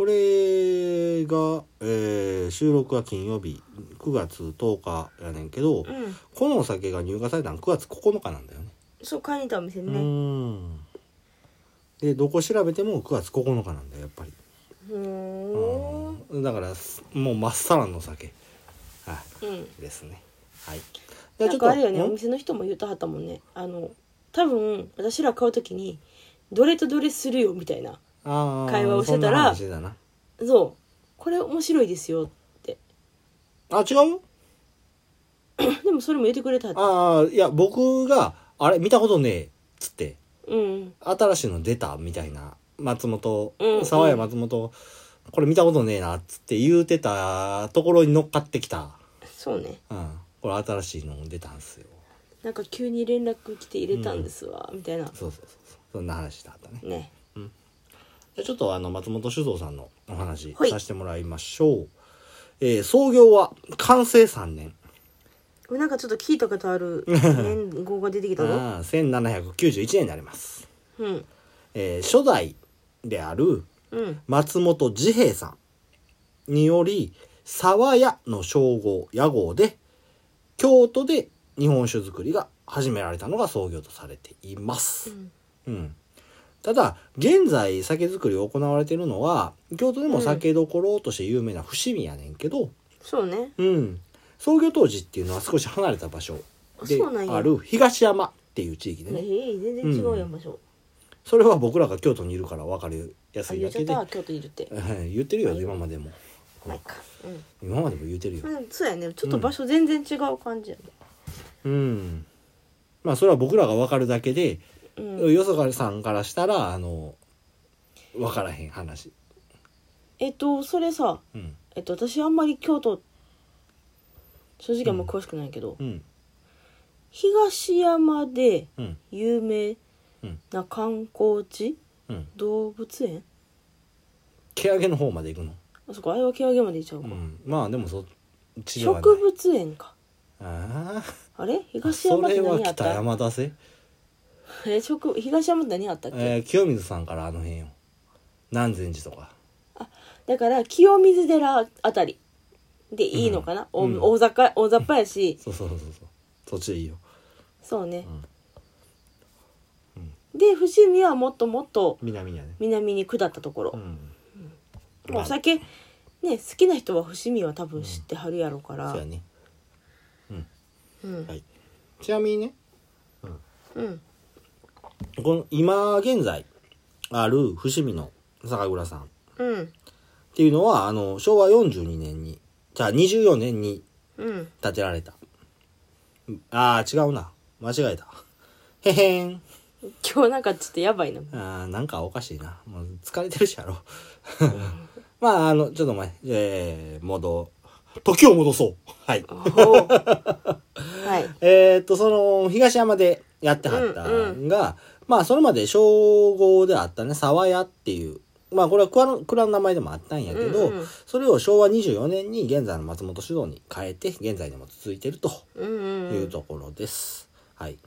Speaker 1: これが、えー収録は金曜日9月10日やねんけど、
Speaker 2: うん
Speaker 1: このお酒が入荷されたの9月9日なんだよね
Speaker 2: そう買いに行ったお店
Speaker 1: う
Speaker 2: ね
Speaker 1: んでどこ調べても9月9日なんだよやっぱり
Speaker 2: ふーん
Speaker 1: うんだからすもうまっさらの酒は
Speaker 2: うん
Speaker 1: いですねはいじ
Speaker 2: なんかあれよねお
Speaker 1: ん
Speaker 2: 店の人も言うとはったもんねあの多分私ら買う時にどれとどれするよみたいな
Speaker 1: あー
Speaker 2: 会話をしてたら
Speaker 1: そんな話だな
Speaker 2: そうこれ面白いですよって
Speaker 1: あ違う
Speaker 2: でもそれも言ってくれたって
Speaker 1: ああいや僕があれ見たことねえっつって
Speaker 2: うん
Speaker 1: 新しいの出たみたいな松本、
Speaker 2: うんうん
Speaker 1: 沢谷松本これ見たことねえなっつって言うてたところに乗っかってきた、
Speaker 2: そうね
Speaker 1: うん、これ新しいの出たんすよ
Speaker 2: なんか急に連絡来て入れたんですわ、みたいな
Speaker 1: そうそうそうそうそんな話だったね
Speaker 2: ね
Speaker 1: じゃあちょっとあの松本酒造さんのお話
Speaker 2: はい
Speaker 1: させてもらいましょう、えー創業は寛政3年
Speaker 2: これなんかちょっと聞いたことあ る年号が出てきたぞ
Speaker 1: あー1791年になります、
Speaker 2: うん
Speaker 1: えー初代である
Speaker 2: うん
Speaker 1: 松本治兵衛さんにより沢屋の称号屋号で京都で日本酒造りが始められたのが創業とされています、うん、ただ現在酒造りを行われているのは京都でも酒どころとして有名な伏見やねんけど、
Speaker 2: そうね
Speaker 1: うん、創業当時っていうのは少し離れた場所で
Speaker 2: そうなんや
Speaker 1: ある東山っていう地域
Speaker 2: え
Speaker 1: でね
Speaker 2: ー、全然違うや
Speaker 1: うん
Speaker 2: ん場所
Speaker 1: それは僕らが京都にいるから分かりや
Speaker 2: あ
Speaker 1: すいだ
Speaker 2: 言っちゃ
Speaker 1: け
Speaker 2: っ
Speaker 1: で
Speaker 2: た京都いるって
Speaker 1: 言ってるよ今までも
Speaker 2: まあいっかうん
Speaker 1: 今までも言うてるよ
Speaker 2: うんそうやねちょっと場所全然違う感じやね
Speaker 1: うんまあそれは僕らが分かるだけで、
Speaker 2: うん、
Speaker 1: よそからさんからしたらあの分からへん話
Speaker 2: えっとそれさ
Speaker 1: うん
Speaker 2: えっと私あんまり京都正直あんま詳しくないけど、
Speaker 1: うん
Speaker 2: 東山で
Speaker 1: うん
Speaker 2: 有名な観光地、
Speaker 1: うん
Speaker 2: 動物園
Speaker 1: 毛上げの方まで行くの、
Speaker 2: あそこあれは毛上げまで行っちゃう
Speaker 1: う
Speaker 2: か、
Speaker 1: ん、まあでもそっちではない
Speaker 2: 植物園か
Speaker 1: ああ
Speaker 2: あれ 東
Speaker 1: そ
Speaker 2: 山っ
Speaker 1: れ
Speaker 2: て
Speaker 1: は
Speaker 2: 何あった
Speaker 1: 北山だぜ、
Speaker 2: え植東山って何あったっけ、
Speaker 1: えー清水さんからあの辺よ南禅寺とか
Speaker 2: だから清水寺あたりでいいのかな、
Speaker 1: うんうん
Speaker 2: お大雑把大雑把やし
Speaker 1: そうそうそうそうそっちでいいよ
Speaker 2: そうね、で伏見はもっともっと
Speaker 1: 南やね
Speaker 2: 南に下ったところ、
Speaker 1: うん
Speaker 2: まあお酒ね好きな人は伏見は多分知ってはるやろうから、
Speaker 1: そうやね
Speaker 2: うん
Speaker 1: はいちなみにね
Speaker 2: うん
Speaker 1: この今現在ある伏見の酒蔵さんっ
Speaker 2: うん
Speaker 1: ていうのはあの昭和42年にじゃあ24年に
Speaker 2: うん
Speaker 1: 建てられたああ違うな間違えたへへん
Speaker 2: 今日なんかちょっとや ばいな
Speaker 1: あーなんかおかしいなもう疲れてるしやろ まああのちょっとお前えー、戻時を戻そうはい
Speaker 2: おーはい
Speaker 1: えーっと、その、東山でやってはったんが、
Speaker 2: うん
Speaker 1: まあ、それまで称号であったね、沢屋っていう、まあ、これは蔵の蔵の名前でもあったんやけど、
Speaker 2: うんうん
Speaker 1: それを昭和24年に現在の松本酒造に変えて、現在でも続いてると
Speaker 2: うんうん
Speaker 1: いうところです。はい。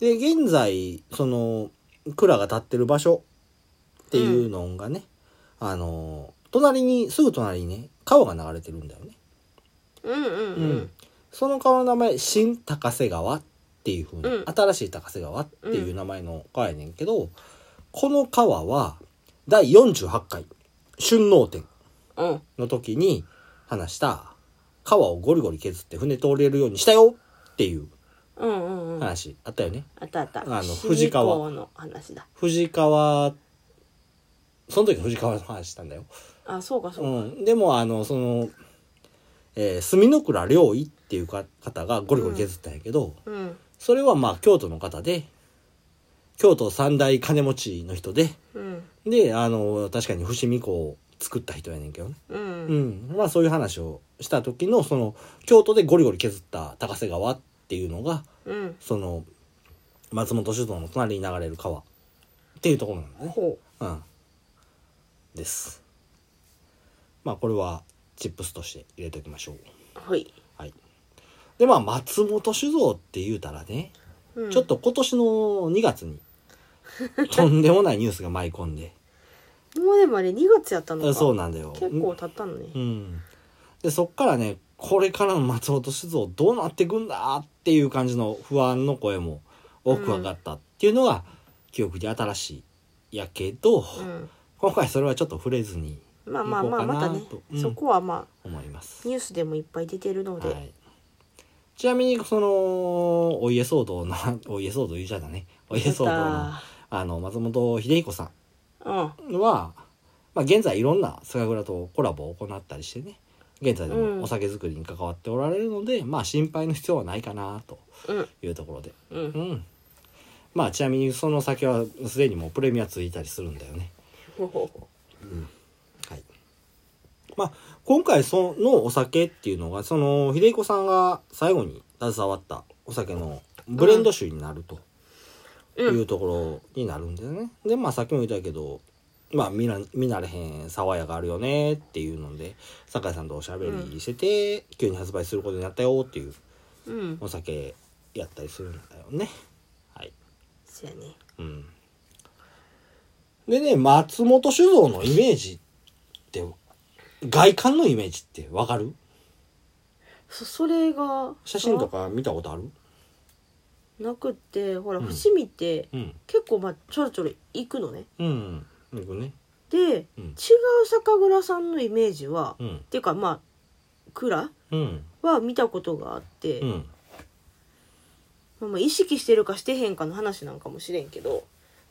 Speaker 1: で、現在、その、蔵が建ってる場所っていうのがね、あの、隣に、すぐ隣にね、川が流れてるんだよね。
Speaker 2: うんうんう
Speaker 1: うんんその川の名前新高瀬川っていうふうに、
Speaker 2: うん
Speaker 1: 新しい高瀬川っていう名前の川やねんけど、この川は第48回春納展
Speaker 2: うん
Speaker 1: の時に話した川をゴリゴリ削って船通れるようにしたよっていう
Speaker 2: うんうんうんあ
Speaker 1: 話あったよね。
Speaker 2: ったあった
Speaker 1: あの
Speaker 2: 伏見
Speaker 1: 藤川
Speaker 2: 港の話だ
Speaker 1: 藤川その時藤川の話したんだよ。
Speaker 2: あそうかそう
Speaker 1: う
Speaker 2: か
Speaker 1: ん、でもあのその、えー、墨の倉良一っていうか方がゴリゴリ削ったんやけど、
Speaker 2: うん
Speaker 1: それはまあ京都の方で、京都三大金持ちの人で、
Speaker 2: うん
Speaker 1: で、あの、確かに伏見港を作った人やねんけどね。
Speaker 2: う
Speaker 1: うんん。まあそういう話をした時の、その、京都でゴリゴリ削った高瀬川っていうのが、
Speaker 2: うん
Speaker 1: その、松本酒造の隣に流れる川っていうところなんだね。
Speaker 2: ほ
Speaker 1: うん。です。まあこれはチップスとして入れておきましょう。
Speaker 2: うほい
Speaker 1: はい。で、まあ松本酒造って言うたらね、
Speaker 2: うん
Speaker 1: ちょっと今年の2月 に、とんでもないニュースが舞い込んで。
Speaker 2: もうでもあれ2月やったのか
Speaker 1: そうなんだよ。
Speaker 2: 結構経ったのね
Speaker 1: うん。で、そっからね、これからの松本酒造どうなっていくんだっていう感じの不安の声も多く上がったっていうのが、記憶で新しいやけど、
Speaker 2: うん
Speaker 1: 今回それはちょっと触れずに
Speaker 2: まあまあま
Speaker 1: 行こ
Speaker 2: あ
Speaker 1: う
Speaker 2: ま
Speaker 1: かな
Speaker 2: たね
Speaker 1: とうん
Speaker 2: そこはまあ
Speaker 1: 思います。
Speaker 2: ニュースでもいっぱい出てるの
Speaker 1: は
Speaker 2: で
Speaker 1: い。ちなみに、その、お家騒動の、お家騒動言うちゃったね。お家騒動の、あの、松本秀彦さん。
Speaker 2: うん
Speaker 1: は、まあ、現在いろんな酒蔵とコラボを行ったりしてね現在で
Speaker 2: うん
Speaker 1: もお酒造りに関わっておられるので、まあ心配の必要はないかなと
Speaker 2: うん
Speaker 1: いうところで
Speaker 2: うん
Speaker 1: うんまあちなみにその酒はすでにもうプレミアついたりするんだよね
Speaker 2: ほほほ
Speaker 1: はいまあ今回そのお酒っていうのがその秀彦さんが最後に携わったお酒のブレンド酒になると
Speaker 2: うん
Speaker 1: いうところになるんだよね。でまあさっきも言ったけどまあ見な見慣れへん爽やがあるよねっていうので酒井さんとおしゃべりしてて、急に発売することになったよっていう
Speaker 2: うん
Speaker 1: お酒やったりするんだよね。はい
Speaker 2: そうやね
Speaker 1: うん、でね松本酒造のイメージって外観のイメージってわかる
Speaker 2: そそれが
Speaker 1: 写真とか見たことある
Speaker 2: なくってほら
Speaker 1: うん
Speaker 2: 伏見って
Speaker 1: うん。
Speaker 2: 結構まあちょろちょろ行くのね
Speaker 1: うん。よくね。
Speaker 2: で
Speaker 1: う
Speaker 2: 違
Speaker 1: ん
Speaker 2: う酒蔵さんのイメージは
Speaker 1: うん。
Speaker 2: っていうかまあ蔵
Speaker 1: うん。
Speaker 2: は見たことがあって
Speaker 1: うん。
Speaker 2: まあまあ意識してるかしてへんかの話なんかもしれんけど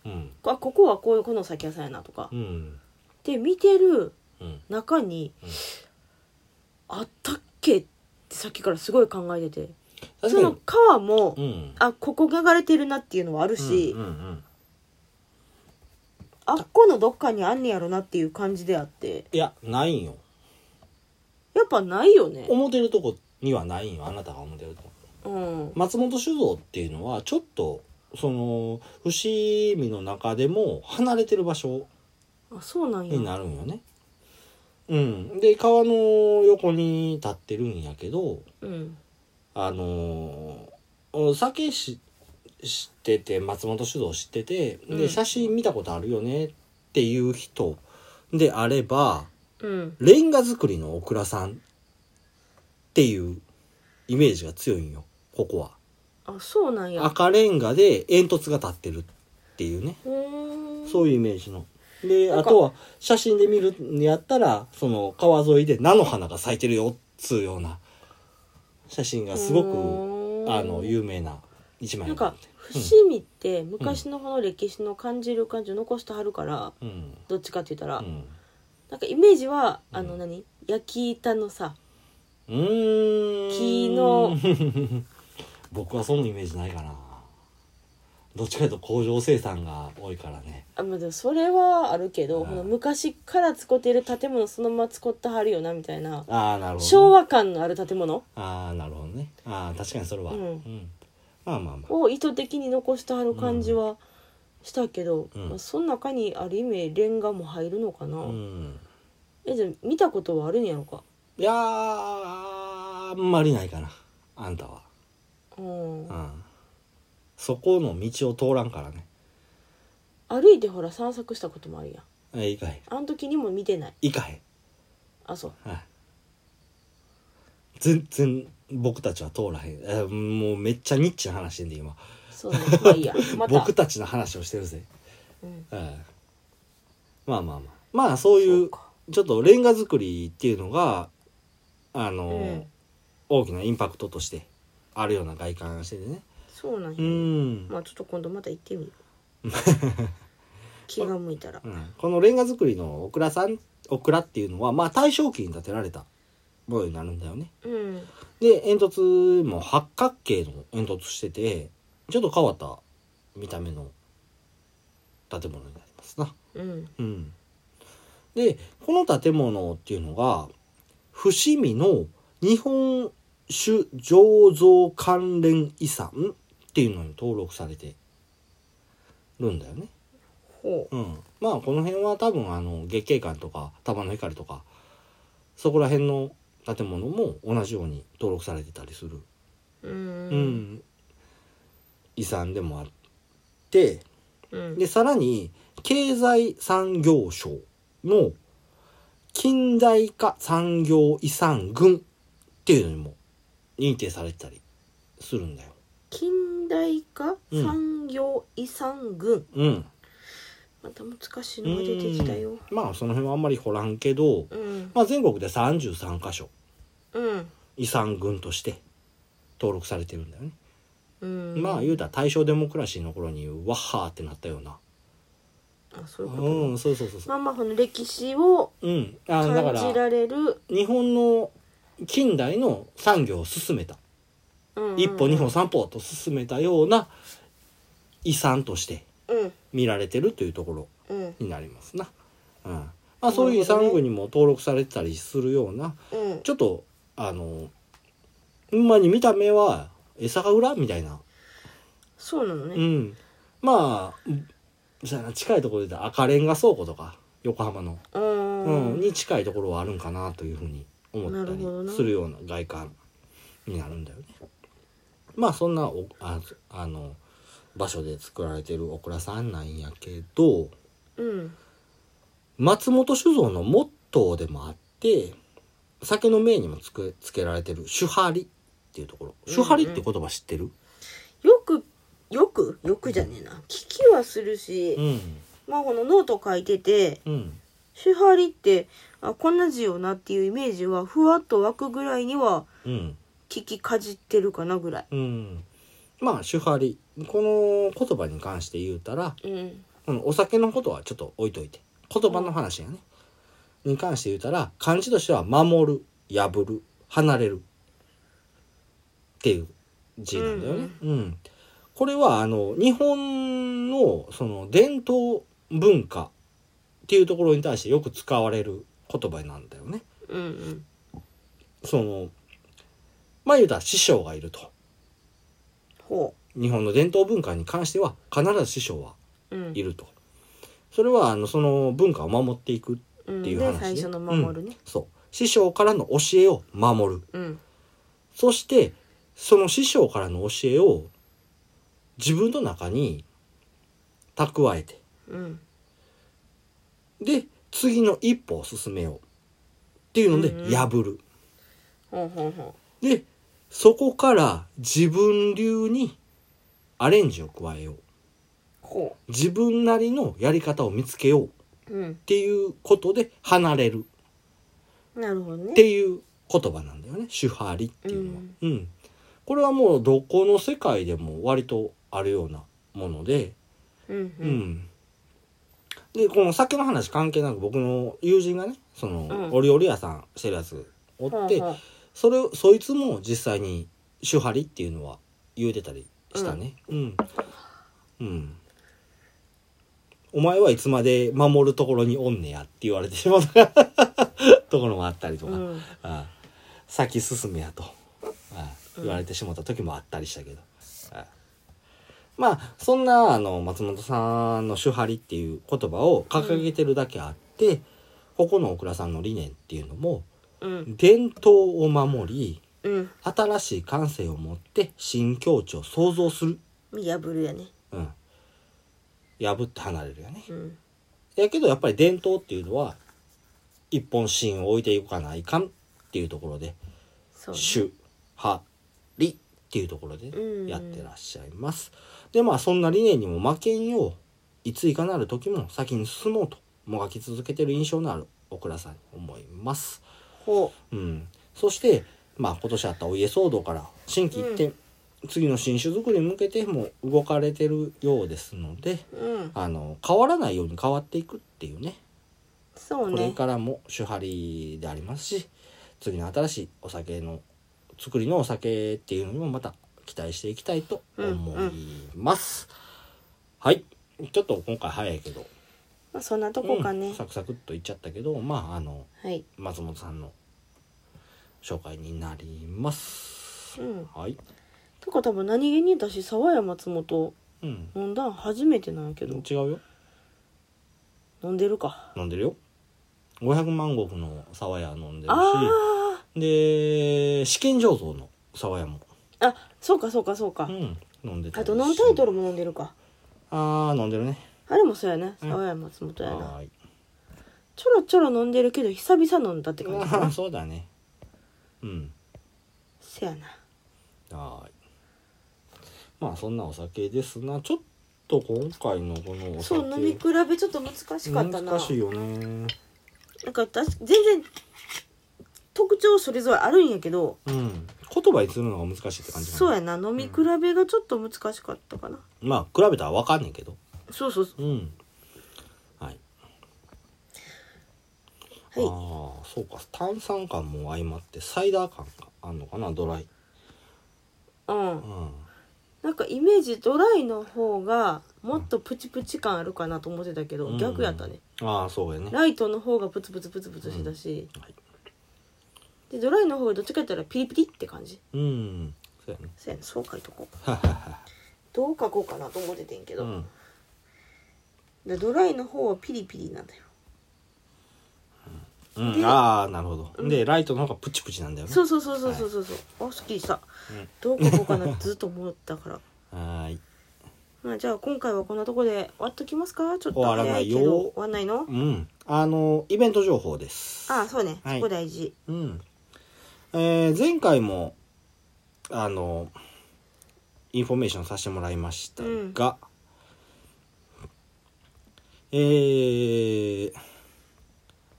Speaker 1: うん。
Speaker 2: あここはこういうこの酒屋さんやなとか
Speaker 1: うん。
Speaker 2: で見てる
Speaker 1: うん。
Speaker 2: 中に
Speaker 1: うん
Speaker 2: あったっけってさっきからすごい考えてて
Speaker 1: 確
Speaker 2: そ
Speaker 1: か
Speaker 2: の
Speaker 1: に。
Speaker 2: 川も
Speaker 1: うん。
Speaker 2: あここ流れてるなっていうのはあるし、
Speaker 1: うんうん
Speaker 2: あっこのどっかにあんねやろなっていう感じであって
Speaker 1: いやないんよ
Speaker 2: やっぱないよね
Speaker 1: 思ってるとこにはないんよあなたが思ってるとこ
Speaker 2: うん
Speaker 1: 松本酒造っていうのはちょっとその伏見の中でも離れてる場所
Speaker 2: あそうなん
Speaker 1: に
Speaker 2: や
Speaker 1: なるんよねうんで川の横に立ってるんやけど
Speaker 2: うん
Speaker 1: あのーお酒し知ってて松本酒造知ってて、
Speaker 2: う
Speaker 1: で
Speaker 2: ん
Speaker 1: 写真見たことあるよねっていう人であれば
Speaker 2: うん
Speaker 1: レンガ作りのオクラさんっていうイメージが強いんよここは。
Speaker 2: あそうなんや
Speaker 1: 赤レンガで煙突が立ってるっていうね
Speaker 2: うーん
Speaker 1: そういうイメージの。で
Speaker 2: なん
Speaker 1: あ
Speaker 2: か
Speaker 1: とは写真で見るにやったらその川沿いで菜の花が咲いてるよっつうような写真がすご
Speaker 2: う
Speaker 1: く
Speaker 2: ーん
Speaker 1: あの有名な一枚
Speaker 2: なん
Speaker 1: があっ
Speaker 2: か
Speaker 1: て
Speaker 2: 伏見って昔のこの歴史の感じる感じを残してはるから
Speaker 1: うん
Speaker 2: どっちかって言ったら、
Speaker 1: うん
Speaker 2: なんかイメージはあ
Speaker 1: う
Speaker 2: の
Speaker 1: ん
Speaker 2: 何焼き板のさ
Speaker 1: うーん
Speaker 2: 木の
Speaker 1: 僕はそのイメージないかなどっちかというと工場生産が多いからね
Speaker 2: あまあでもそれはあるけど、
Speaker 1: うん
Speaker 2: この昔から使っている建物そのまま使ってはるよなみたいな、
Speaker 1: ああなるほど、ね、
Speaker 2: 昭和感のある建物
Speaker 1: ああなるほどねああ確かにそれは、
Speaker 2: うん
Speaker 1: まあまあまあ
Speaker 2: を意図的に残してはる感じはしたけど、
Speaker 1: うん
Speaker 2: まあ、その中にある意味レンガも入るのかな、
Speaker 1: うん
Speaker 2: えじゃあ見たことはあるんやろか
Speaker 1: いやーあんまりないかなあんたは、
Speaker 2: うん
Speaker 1: うん、そこの道を通らんからね
Speaker 2: 歩いてほら散策したこともあるやん
Speaker 1: えいかへ
Speaker 2: あの時にも見てない
Speaker 1: んいかへん
Speaker 2: あそう
Speaker 1: はい全然僕たちは通らへんえもうめっちゃニッチな話してんで今
Speaker 2: そうねまあいいやまた
Speaker 1: 僕たちの話をしてるぜ、
Speaker 2: うん
Speaker 1: うんまあまあまあまあそうい
Speaker 2: そううか
Speaker 1: ちょっとレンガ作りっていうのがあの、
Speaker 2: うん
Speaker 1: 大きなインパクトとしてあるような外観がしててね
Speaker 2: そうなんや、
Speaker 1: うん、
Speaker 2: まあちょっと今度また行ってみよう気が向いたら
Speaker 1: うんこのレンガ作りのオクラさんオクラっていうのはまあ大正期に建てられたものになるんだよね
Speaker 2: うん
Speaker 1: で煙突も八角形の煙突しててちょっと変わった見た目の建物になりますな
Speaker 2: うん
Speaker 1: うんでこの建物っていうのが伏見の日本酒醸造関連遺産っていうのに登録されてるんだよね
Speaker 2: ほ
Speaker 1: うん、まあこの辺は多分あの月桂館とか玉の光とかそこら辺の建物も同じように登録されてたりする、
Speaker 2: ううん
Speaker 1: うん遺産でもあって
Speaker 2: うん
Speaker 1: でさらに経済産業省の近代化産業遺産群っていうのにも認定されてたりするんだよ。
Speaker 2: 近代化
Speaker 1: うん
Speaker 2: 産業遺産群、
Speaker 1: うん、
Speaker 2: また難しいのが出てきたよ
Speaker 1: うんまあその辺はあんまり掘らんけど、
Speaker 2: うん
Speaker 1: まあ、全国で33箇所
Speaker 2: うん
Speaker 1: 遺産群として登録されてるんだよね、
Speaker 2: うん
Speaker 1: まあ言うたら大正デモクラシーの頃にワッハーってなったような
Speaker 2: あそうういうことね、
Speaker 1: んそうそうそうそ
Speaker 2: まあまあこの歴史を
Speaker 1: ううんあだか
Speaker 2: 感じ
Speaker 1: ら
Speaker 2: られる、
Speaker 1: 日本の近代の産業を進めた
Speaker 2: うんうん
Speaker 1: 一歩二歩三歩と進めたような遺産として
Speaker 2: うん
Speaker 1: 見られてるというところ
Speaker 2: うん
Speaker 1: になりますな、うんまあ、そういう遺産群にも登録されてたりするような
Speaker 2: うん
Speaker 1: ちょっとあのほんまに見た目は江坂裏みたいな
Speaker 2: そうなのね、
Speaker 1: うん、まあじゃあ近いところで言うと赤レンガ倉庫とか横浜の、
Speaker 2: う
Speaker 1: うんんに近いところはあるんかなというふうに思った
Speaker 2: なるほどな
Speaker 1: りするような外観になるんだよね。まあそんなおああの場所で作られてるオクラさんなんやけど
Speaker 2: うん
Speaker 1: 松本酒造のモットーでもあって酒の銘にもつけつけられてる酒張りっていうところ酒張りって言葉知ってる、
Speaker 2: よくよくよくじゃねえな聞きはするし、
Speaker 1: うん
Speaker 2: まあこのノート書いてて
Speaker 1: うん
Speaker 2: 手張りってあこんな字よなっていうイメージはふわっと湧くぐらいには
Speaker 1: うん
Speaker 2: 聞きかじってるかなぐらい
Speaker 1: うん、まあ手張りこの言葉に関して言うたら
Speaker 2: うん
Speaker 1: このお酒のことはちょっと置いといて言葉の話やね、に関して言うたら漢字としては「守る」「破る」「離れる」っていう字なんだよね。うんこれはあの日本のその伝統文化っていうところに対してよく使われる言葉なんだよね。
Speaker 2: うんうん
Speaker 1: そのまあ言うたら師匠がいると。
Speaker 2: ほ
Speaker 1: 日本の伝統文化に関しては必ず師匠は
Speaker 2: ううん
Speaker 1: いると。それはあのその文化を守っていく
Speaker 2: うん
Speaker 1: っていう
Speaker 2: で
Speaker 1: 話ね
Speaker 2: 最初の守るね
Speaker 1: そう師匠からの教えを守る
Speaker 2: うん
Speaker 1: そしてその師匠からの教えを自分の中に蓄えて
Speaker 2: うん
Speaker 1: で次の一歩を進めようっていうので
Speaker 2: うんうん
Speaker 1: 破る、
Speaker 2: ほうほうほ
Speaker 1: でそこから自分流にアレンジを加えよう
Speaker 2: うほ
Speaker 1: 自分なりのやり方を見つけようっ
Speaker 2: ううん
Speaker 1: ていうことで離れる
Speaker 2: なるほどね
Speaker 1: っていう言葉なんだよね「手張り」っていうのは、うんこれはもうどこの世界でも割とあるようなもので、
Speaker 2: うん
Speaker 1: う
Speaker 2: うんん
Speaker 1: でこの酒の話関係なく僕の友人がねその、
Speaker 2: うん
Speaker 1: お料理屋さんしてるやつお
Speaker 2: ほう
Speaker 1: って、
Speaker 2: ほう
Speaker 1: それをそいつも実際に「手張り」っていうのは言うてたりしたねうんうん、お前はいつまで守るところにおんねやって言われてしまうところもあったりとか、
Speaker 2: うん
Speaker 1: ああ先進めやとああ言われてしまった時もあったりしたけど、ああまあそんなあの松本さんの「手張り」っていう言葉を掲げてるだけあって、ここの大倉さんの理念っていうのも
Speaker 2: うん
Speaker 1: 伝統を守り
Speaker 2: うん
Speaker 1: 新しい感性を持って新境地を創造する、
Speaker 2: 見破るやね
Speaker 1: うん、破って離れるよね。
Speaker 2: うん
Speaker 1: やけどやっぱり伝統っていうのは一本芯を置いていかないかんっていうところで
Speaker 2: そうね
Speaker 1: 主派理っていうところで
Speaker 2: うん
Speaker 1: やってらっしゃいます。でまあそんな理念にも負けんよういついかなる時も先に進もうともがき続けてる印象のある小倉さんに思います。
Speaker 2: ほ
Speaker 1: うん、そして、まあ、今年あったお家騒動から新規一転、次の新酒作りに向けても動かれてるようですので
Speaker 2: ううん
Speaker 1: あの変わらないように変わっていくっていうね
Speaker 2: そう
Speaker 1: これ
Speaker 2: ね
Speaker 1: からも手張りでありますし次の新しいお酒の作りのお酒っていうのにもまた期待していきたいと思います、はいちょっと今回早いけど
Speaker 2: まあそんなとこか
Speaker 1: う
Speaker 2: ね
Speaker 1: んサクサクっといっちゃったけどまああの
Speaker 2: はい
Speaker 1: 松本さんの紹介になります、
Speaker 2: うん
Speaker 1: はい、
Speaker 2: とか多分何気に私沢山松本
Speaker 1: うん、
Speaker 2: 飲んだん初めてなんやけど
Speaker 1: 違うよ
Speaker 2: 飲んでるか
Speaker 1: 飲んでるよ500万石の沢屋飲んでる
Speaker 2: あ
Speaker 1: しで試験醸造の沢屋も、
Speaker 2: ーあそうかそうかそうか
Speaker 1: うん、飲んでた
Speaker 2: あ
Speaker 1: りし
Speaker 2: とノンタイトルも飲んでるか
Speaker 1: あー飲んでるね
Speaker 2: あれもそうやね
Speaker 1: うん
Speaker 2: 沢山松本やな
Speaker 1: はーい
Speaker 2: ちょろちょろ飲んでるけど久々飲んだって感じか
Speaker 1: あー
Speaker 2: な
Speaker 1: そうだねうん
Speaker 2: せやな
Speaker 1: はーいまあそんなお酒ですなちょっと今回のこのお酒
Speaker 2: そう飲み比べちょっと難しかったな
Speaker 1: 難しいよね
Speaker 2: なんか私全然特徴それぞれあるんやけど
Speaker 1: うん言葉にするのが難しいって感じかな
Speaker 2: そうやな飲み比べがちょっと難しかったかな
Speaker 1: まあ比べたら分かんねんけど
Speaker 2: そうそうそう
Speaker 1: うんはい、あ
Speaker 2: は
Speaker 1: あそうか炭酸感も相まってサイダー感があんのかなドライ
Speaker 2: いうん
Speaker 1: うん
Speaker 2: なんかイメージドライの方がもっとプチプチ感あるかなと思ってたけど、
Speaker 1: うん
Speaker 2: 逆やったね
Speaker 1: ああそうやね
Speaker 2: ライトの方がプツプツプツプツしてたし、
Speaker 1: はい
Speaker 2: でドライの方がどっちかやったらピリピリって感じ
Speaker 1: うんそうやね
Speaker 2: そうやなそう書いとこう
Speaker 1: ははは
Speaker 2: どう書こうかなと思っててんけ
Speaker 1: う
Speaker 2: ど、
Speaker 1: ん
Speaker 2: でドライの方はピリピリなんだよ
Speaker 1: うん、
Speaker 2: で
Speaker 1: ああなるほど、でライトの方がプチプチなんだよね
Speaker 2: そうそうそうそうそうそうそうあすっきりした、
Speaker 1: うん
Speaker 2: どう書こうかなってずっと思ったから
Speaker 1: はーい
Speaker 2: まあじゃあ今回はこんなとこで終わっときますかちょっと
Speaker 1: 終わらないよ
Speaker 2: 早けど終わんないの
Speaker 1: うんあのイベント情報です
Speaker 2: ああそうね、
Speaker 1: はい
Speaker 2: そこ大事
Speaker 1: うんえー前回もあのインフォメーションさせてもらいましたが、えー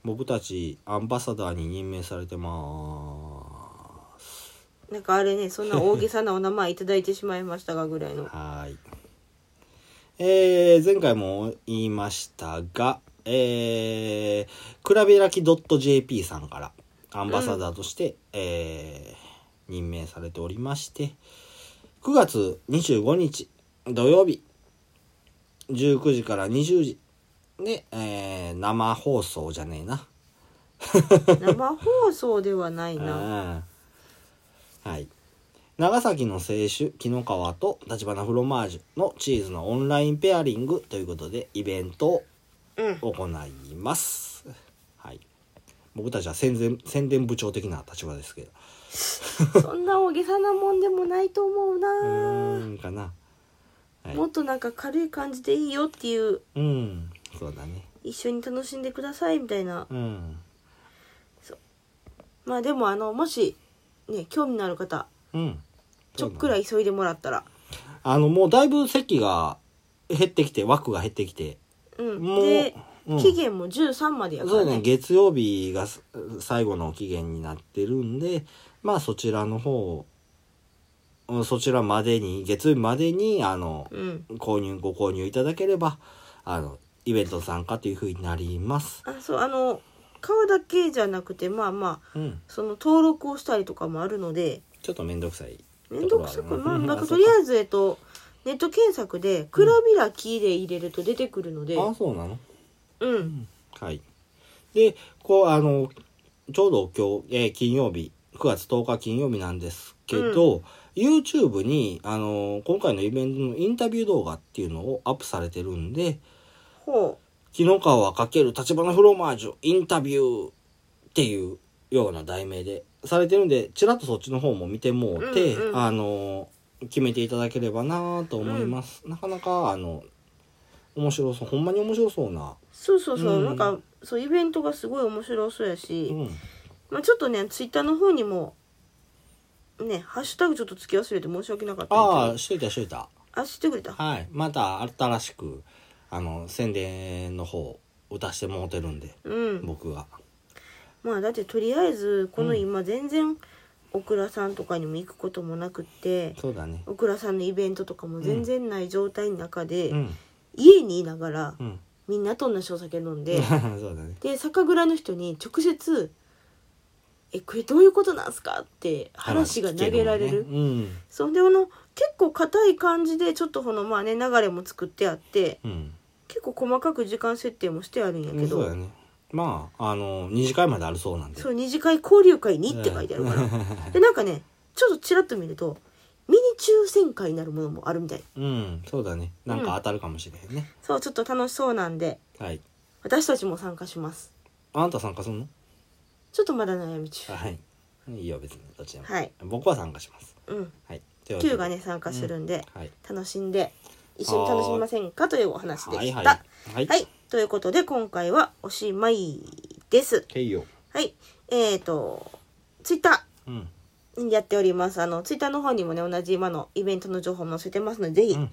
Speaker 1: 僕たちアンバサダーに任命されてます
Speaker 2: なんかあ れねそんな大げさなお名前いただいてしまいましたがぐら いの
Speaker 1: はーいえー前回も言いましたがえー、くらべらき .jp さんからアンバサダーとして、えー任命されておりまして9月25日土曜日19時から20時で、えー生放送じゃねえな
Speaker 2: 生放送ではないな
Speaker 1: うんはい長崎の清酒紀の川と橘フロマージュのチーズのオンラインペアリングということでイベントを
Speaker 2: うん
Speaker 1: 行います、はい僕たちは宣伝宣伝部長的な立場ですけど
Speaker 2: そんな大げさなもんでもないと思うな
Speaker 1: うーんかなはい
Speaker 2: もっとなんか軽い感じでいいよっていう
Speaker 1: うんそうだね
Speaker 2: 一緒に楽しんでくださいみたいな
Speaker 1: うん
Speaker 2: まあでもあのもしね興味のある方
Speaker 1: うん
Speaker 2: ちょっくら
Speaker 1: い
Speaker 2: い急いでもらったら
Speaker 1: あのもうだいぶ席が減ってきて枠が減ってきて
Speaker 2: うん
Speaker 1: もう
Speaker 2: で、
Speaker 1: うん
Speaker 2: 期限も13までやか
Speaker 1: そう
Speaker 2: ら
Speaker 1: だね
Speaker 2: ね
Speaker 1: 月曜日がす最後の期限になってるんでまあそちらの方うんそちらまでに月曜日までにあの
Speaker 2: うん
Speaker 1: 購入ご購入いただければあのイベント参加というふうになります。
Speaker 2: あそうあの顔だけじゃなくてまあまあ
Speaker 1: うん、
Speaker 2: その登録をしたりとかもあるので
Speaker 1: ちょっと面倒くさい
Speaker 2: 面倒くさく
Speaker 1: うん
Speaker 2: まあなん
Speaker 1: あ
Speaker 2: か
Speaker 1: そ
Speaker 2: と
Speaker 1: うか
Speaker 2: りあえずえっとネット検索で「黒開き」で入れると出てくるので
Speaker 1: あそうなの
Speaker 2: うん
Speaker 1: はい。で、こう、あの、ちょうど今日、えー金曜日、9月10日金曜日なんですけど、YouTube に、あの、今回のイベントのインタビュー動画っていうのをアップされてるんで、
Speaker 2: ほ
Speaker 1: 紀の川はかける立花フロマージュインタビューっていうような題名でされてるんで、ちらっとそっちの方も見てもうて、
Speaker 2: うんうん
Speaker 1: あの、決めていただければなと思います。なかなか、あの、面白そう、ほんまに面白そうな。
Speaker 2: うそうそうそう、
Speaker 1: うん
Speaker 2: なんかそうイベントがすごい面白そうやし、
Speaker 1: うん。
Speaker 2: まあ、ちょっとねツイッターの方にもねハッシュタグちょっと付き忘れて申し訳なかったんや
Speaker 1: あ
Speaker 2: け
Speaker 1: あ、しといたしといた。
Speaker 2: どあ知ってくれた
Speaker 1: はい、また新しくあの宣伝の方を出してもうてるんで
Speaker 2: うん
Speaker 1: 僕が
Speaker 2: まあだってとりあえずこの今全然オクラさんとかにも行くこともなくって
Speaker 1: そうだね
Speaker 2: オクラさんのイベントとかも全然ない状態の中で、
Speaker 1: うん
Speaker 2: 家にいながら
Speaker 1: うん
Speaker 2: みんなと同じお酒飲ん
Speaker 1: そう
Speaker 2: で
Speaker 1: だね
Speaker 2: で酒蔵の人に直接「えこれどういうことなんすか?」って話が投げられ
Speaker 1: 話聞
Speaker 2: る
Speaker 1: けもんね
Speaker 2: そんであの結構硬い感じでちょっとこのまあね流れも作ってあって
Speaker 1: うん
Speaker 2: 結構細かく時間設定もしてあるんや
Speaker 1: う
Speaker 2: け
Speaker 1: んそう
Speaker 2: ど、
Speaker 1: だねまああの二次会まであるそうなんで
Speaker 2: そう二次会交流会にって書いてあるから、でなんかねちょっとちらっと見るとミニ抽選会になるものもあるみたい
Speaker 1: うんそうだねなんか当たるかもしれへんね、
Speaker 2: そうちょっと楽しそうなんで
Speaker 1: はい
Speaker 2: 私たちも参加します
Speaker 1: あんた参加するの
Speaker 2: ちょっとまだ悩み中
Speaker 1: はいいいよ別にどっちでも、
Speaker 2: はい
Speaker 1: 僕は参加します
Speaker 2: うん
Speaker 1: はいというわけ
Speaker 2: Q
Speaker 1: で
Speaker 2: がね参加するんで、
Speaker 1: はい
Speaker 2: 楽しんで一緒に楽しみませんかというお話で
Speaker 1: は
Speaker 2: し
Speaker 1: い
Speaker 2: た
Speaker 1: は
Speaker 2: はいい、
Speaker 1: はいはい
Speaker 2: ということで今回はおしまいです
Speaker 1: けいよ
Speaker 2: はいえー、とツイッタ
Speaker 1: うん
Speaker 2: ーやっておりますあのツイッターの方にもね同じ今のイベントの情報も載せてますので
Speaker 1: う
Speaker 2: ぜひ
Speaker 1: ん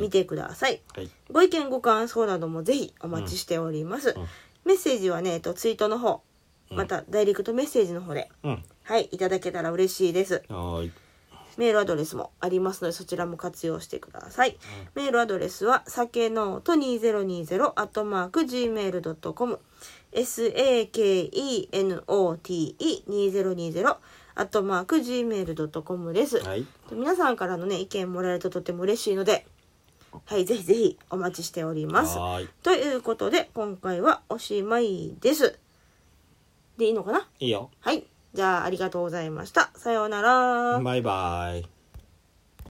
Speaker 2: 見てください、
Speaker 1: はい
Speaker 2: ご意見ご感想などもぜひお待ちしております、
Speaker 1: うんうん
Speaker 2: メッセージはね、えっと、ツイートの方
Speaker 1: うん
Speaker 2: またダイレクトメッセージの方で、
Speaker 1: うん
Speaker 2: はいいただけたら嬉しいです
Speaker 1: はーい
Speaker 2: メールアドレスもありますのでそちらも活用してください。メールアドレスはさけのうと2020アットマーク gmail.com sakenote2020 アットマーク gmail.com です。
Speaker 1: はい
Speaker 2: 皆さんからのね意見もらえるととても嬉しいのではいぜひぜひお待ちしております。
Speaker 1: はーい
Speaker 2: ということで今回はおしまいです。でいいのかない
Speaker 1: いよ
Speaker 2: はい。じゃあありがとうございました。さようなら。
Speaker 1: バイバイ。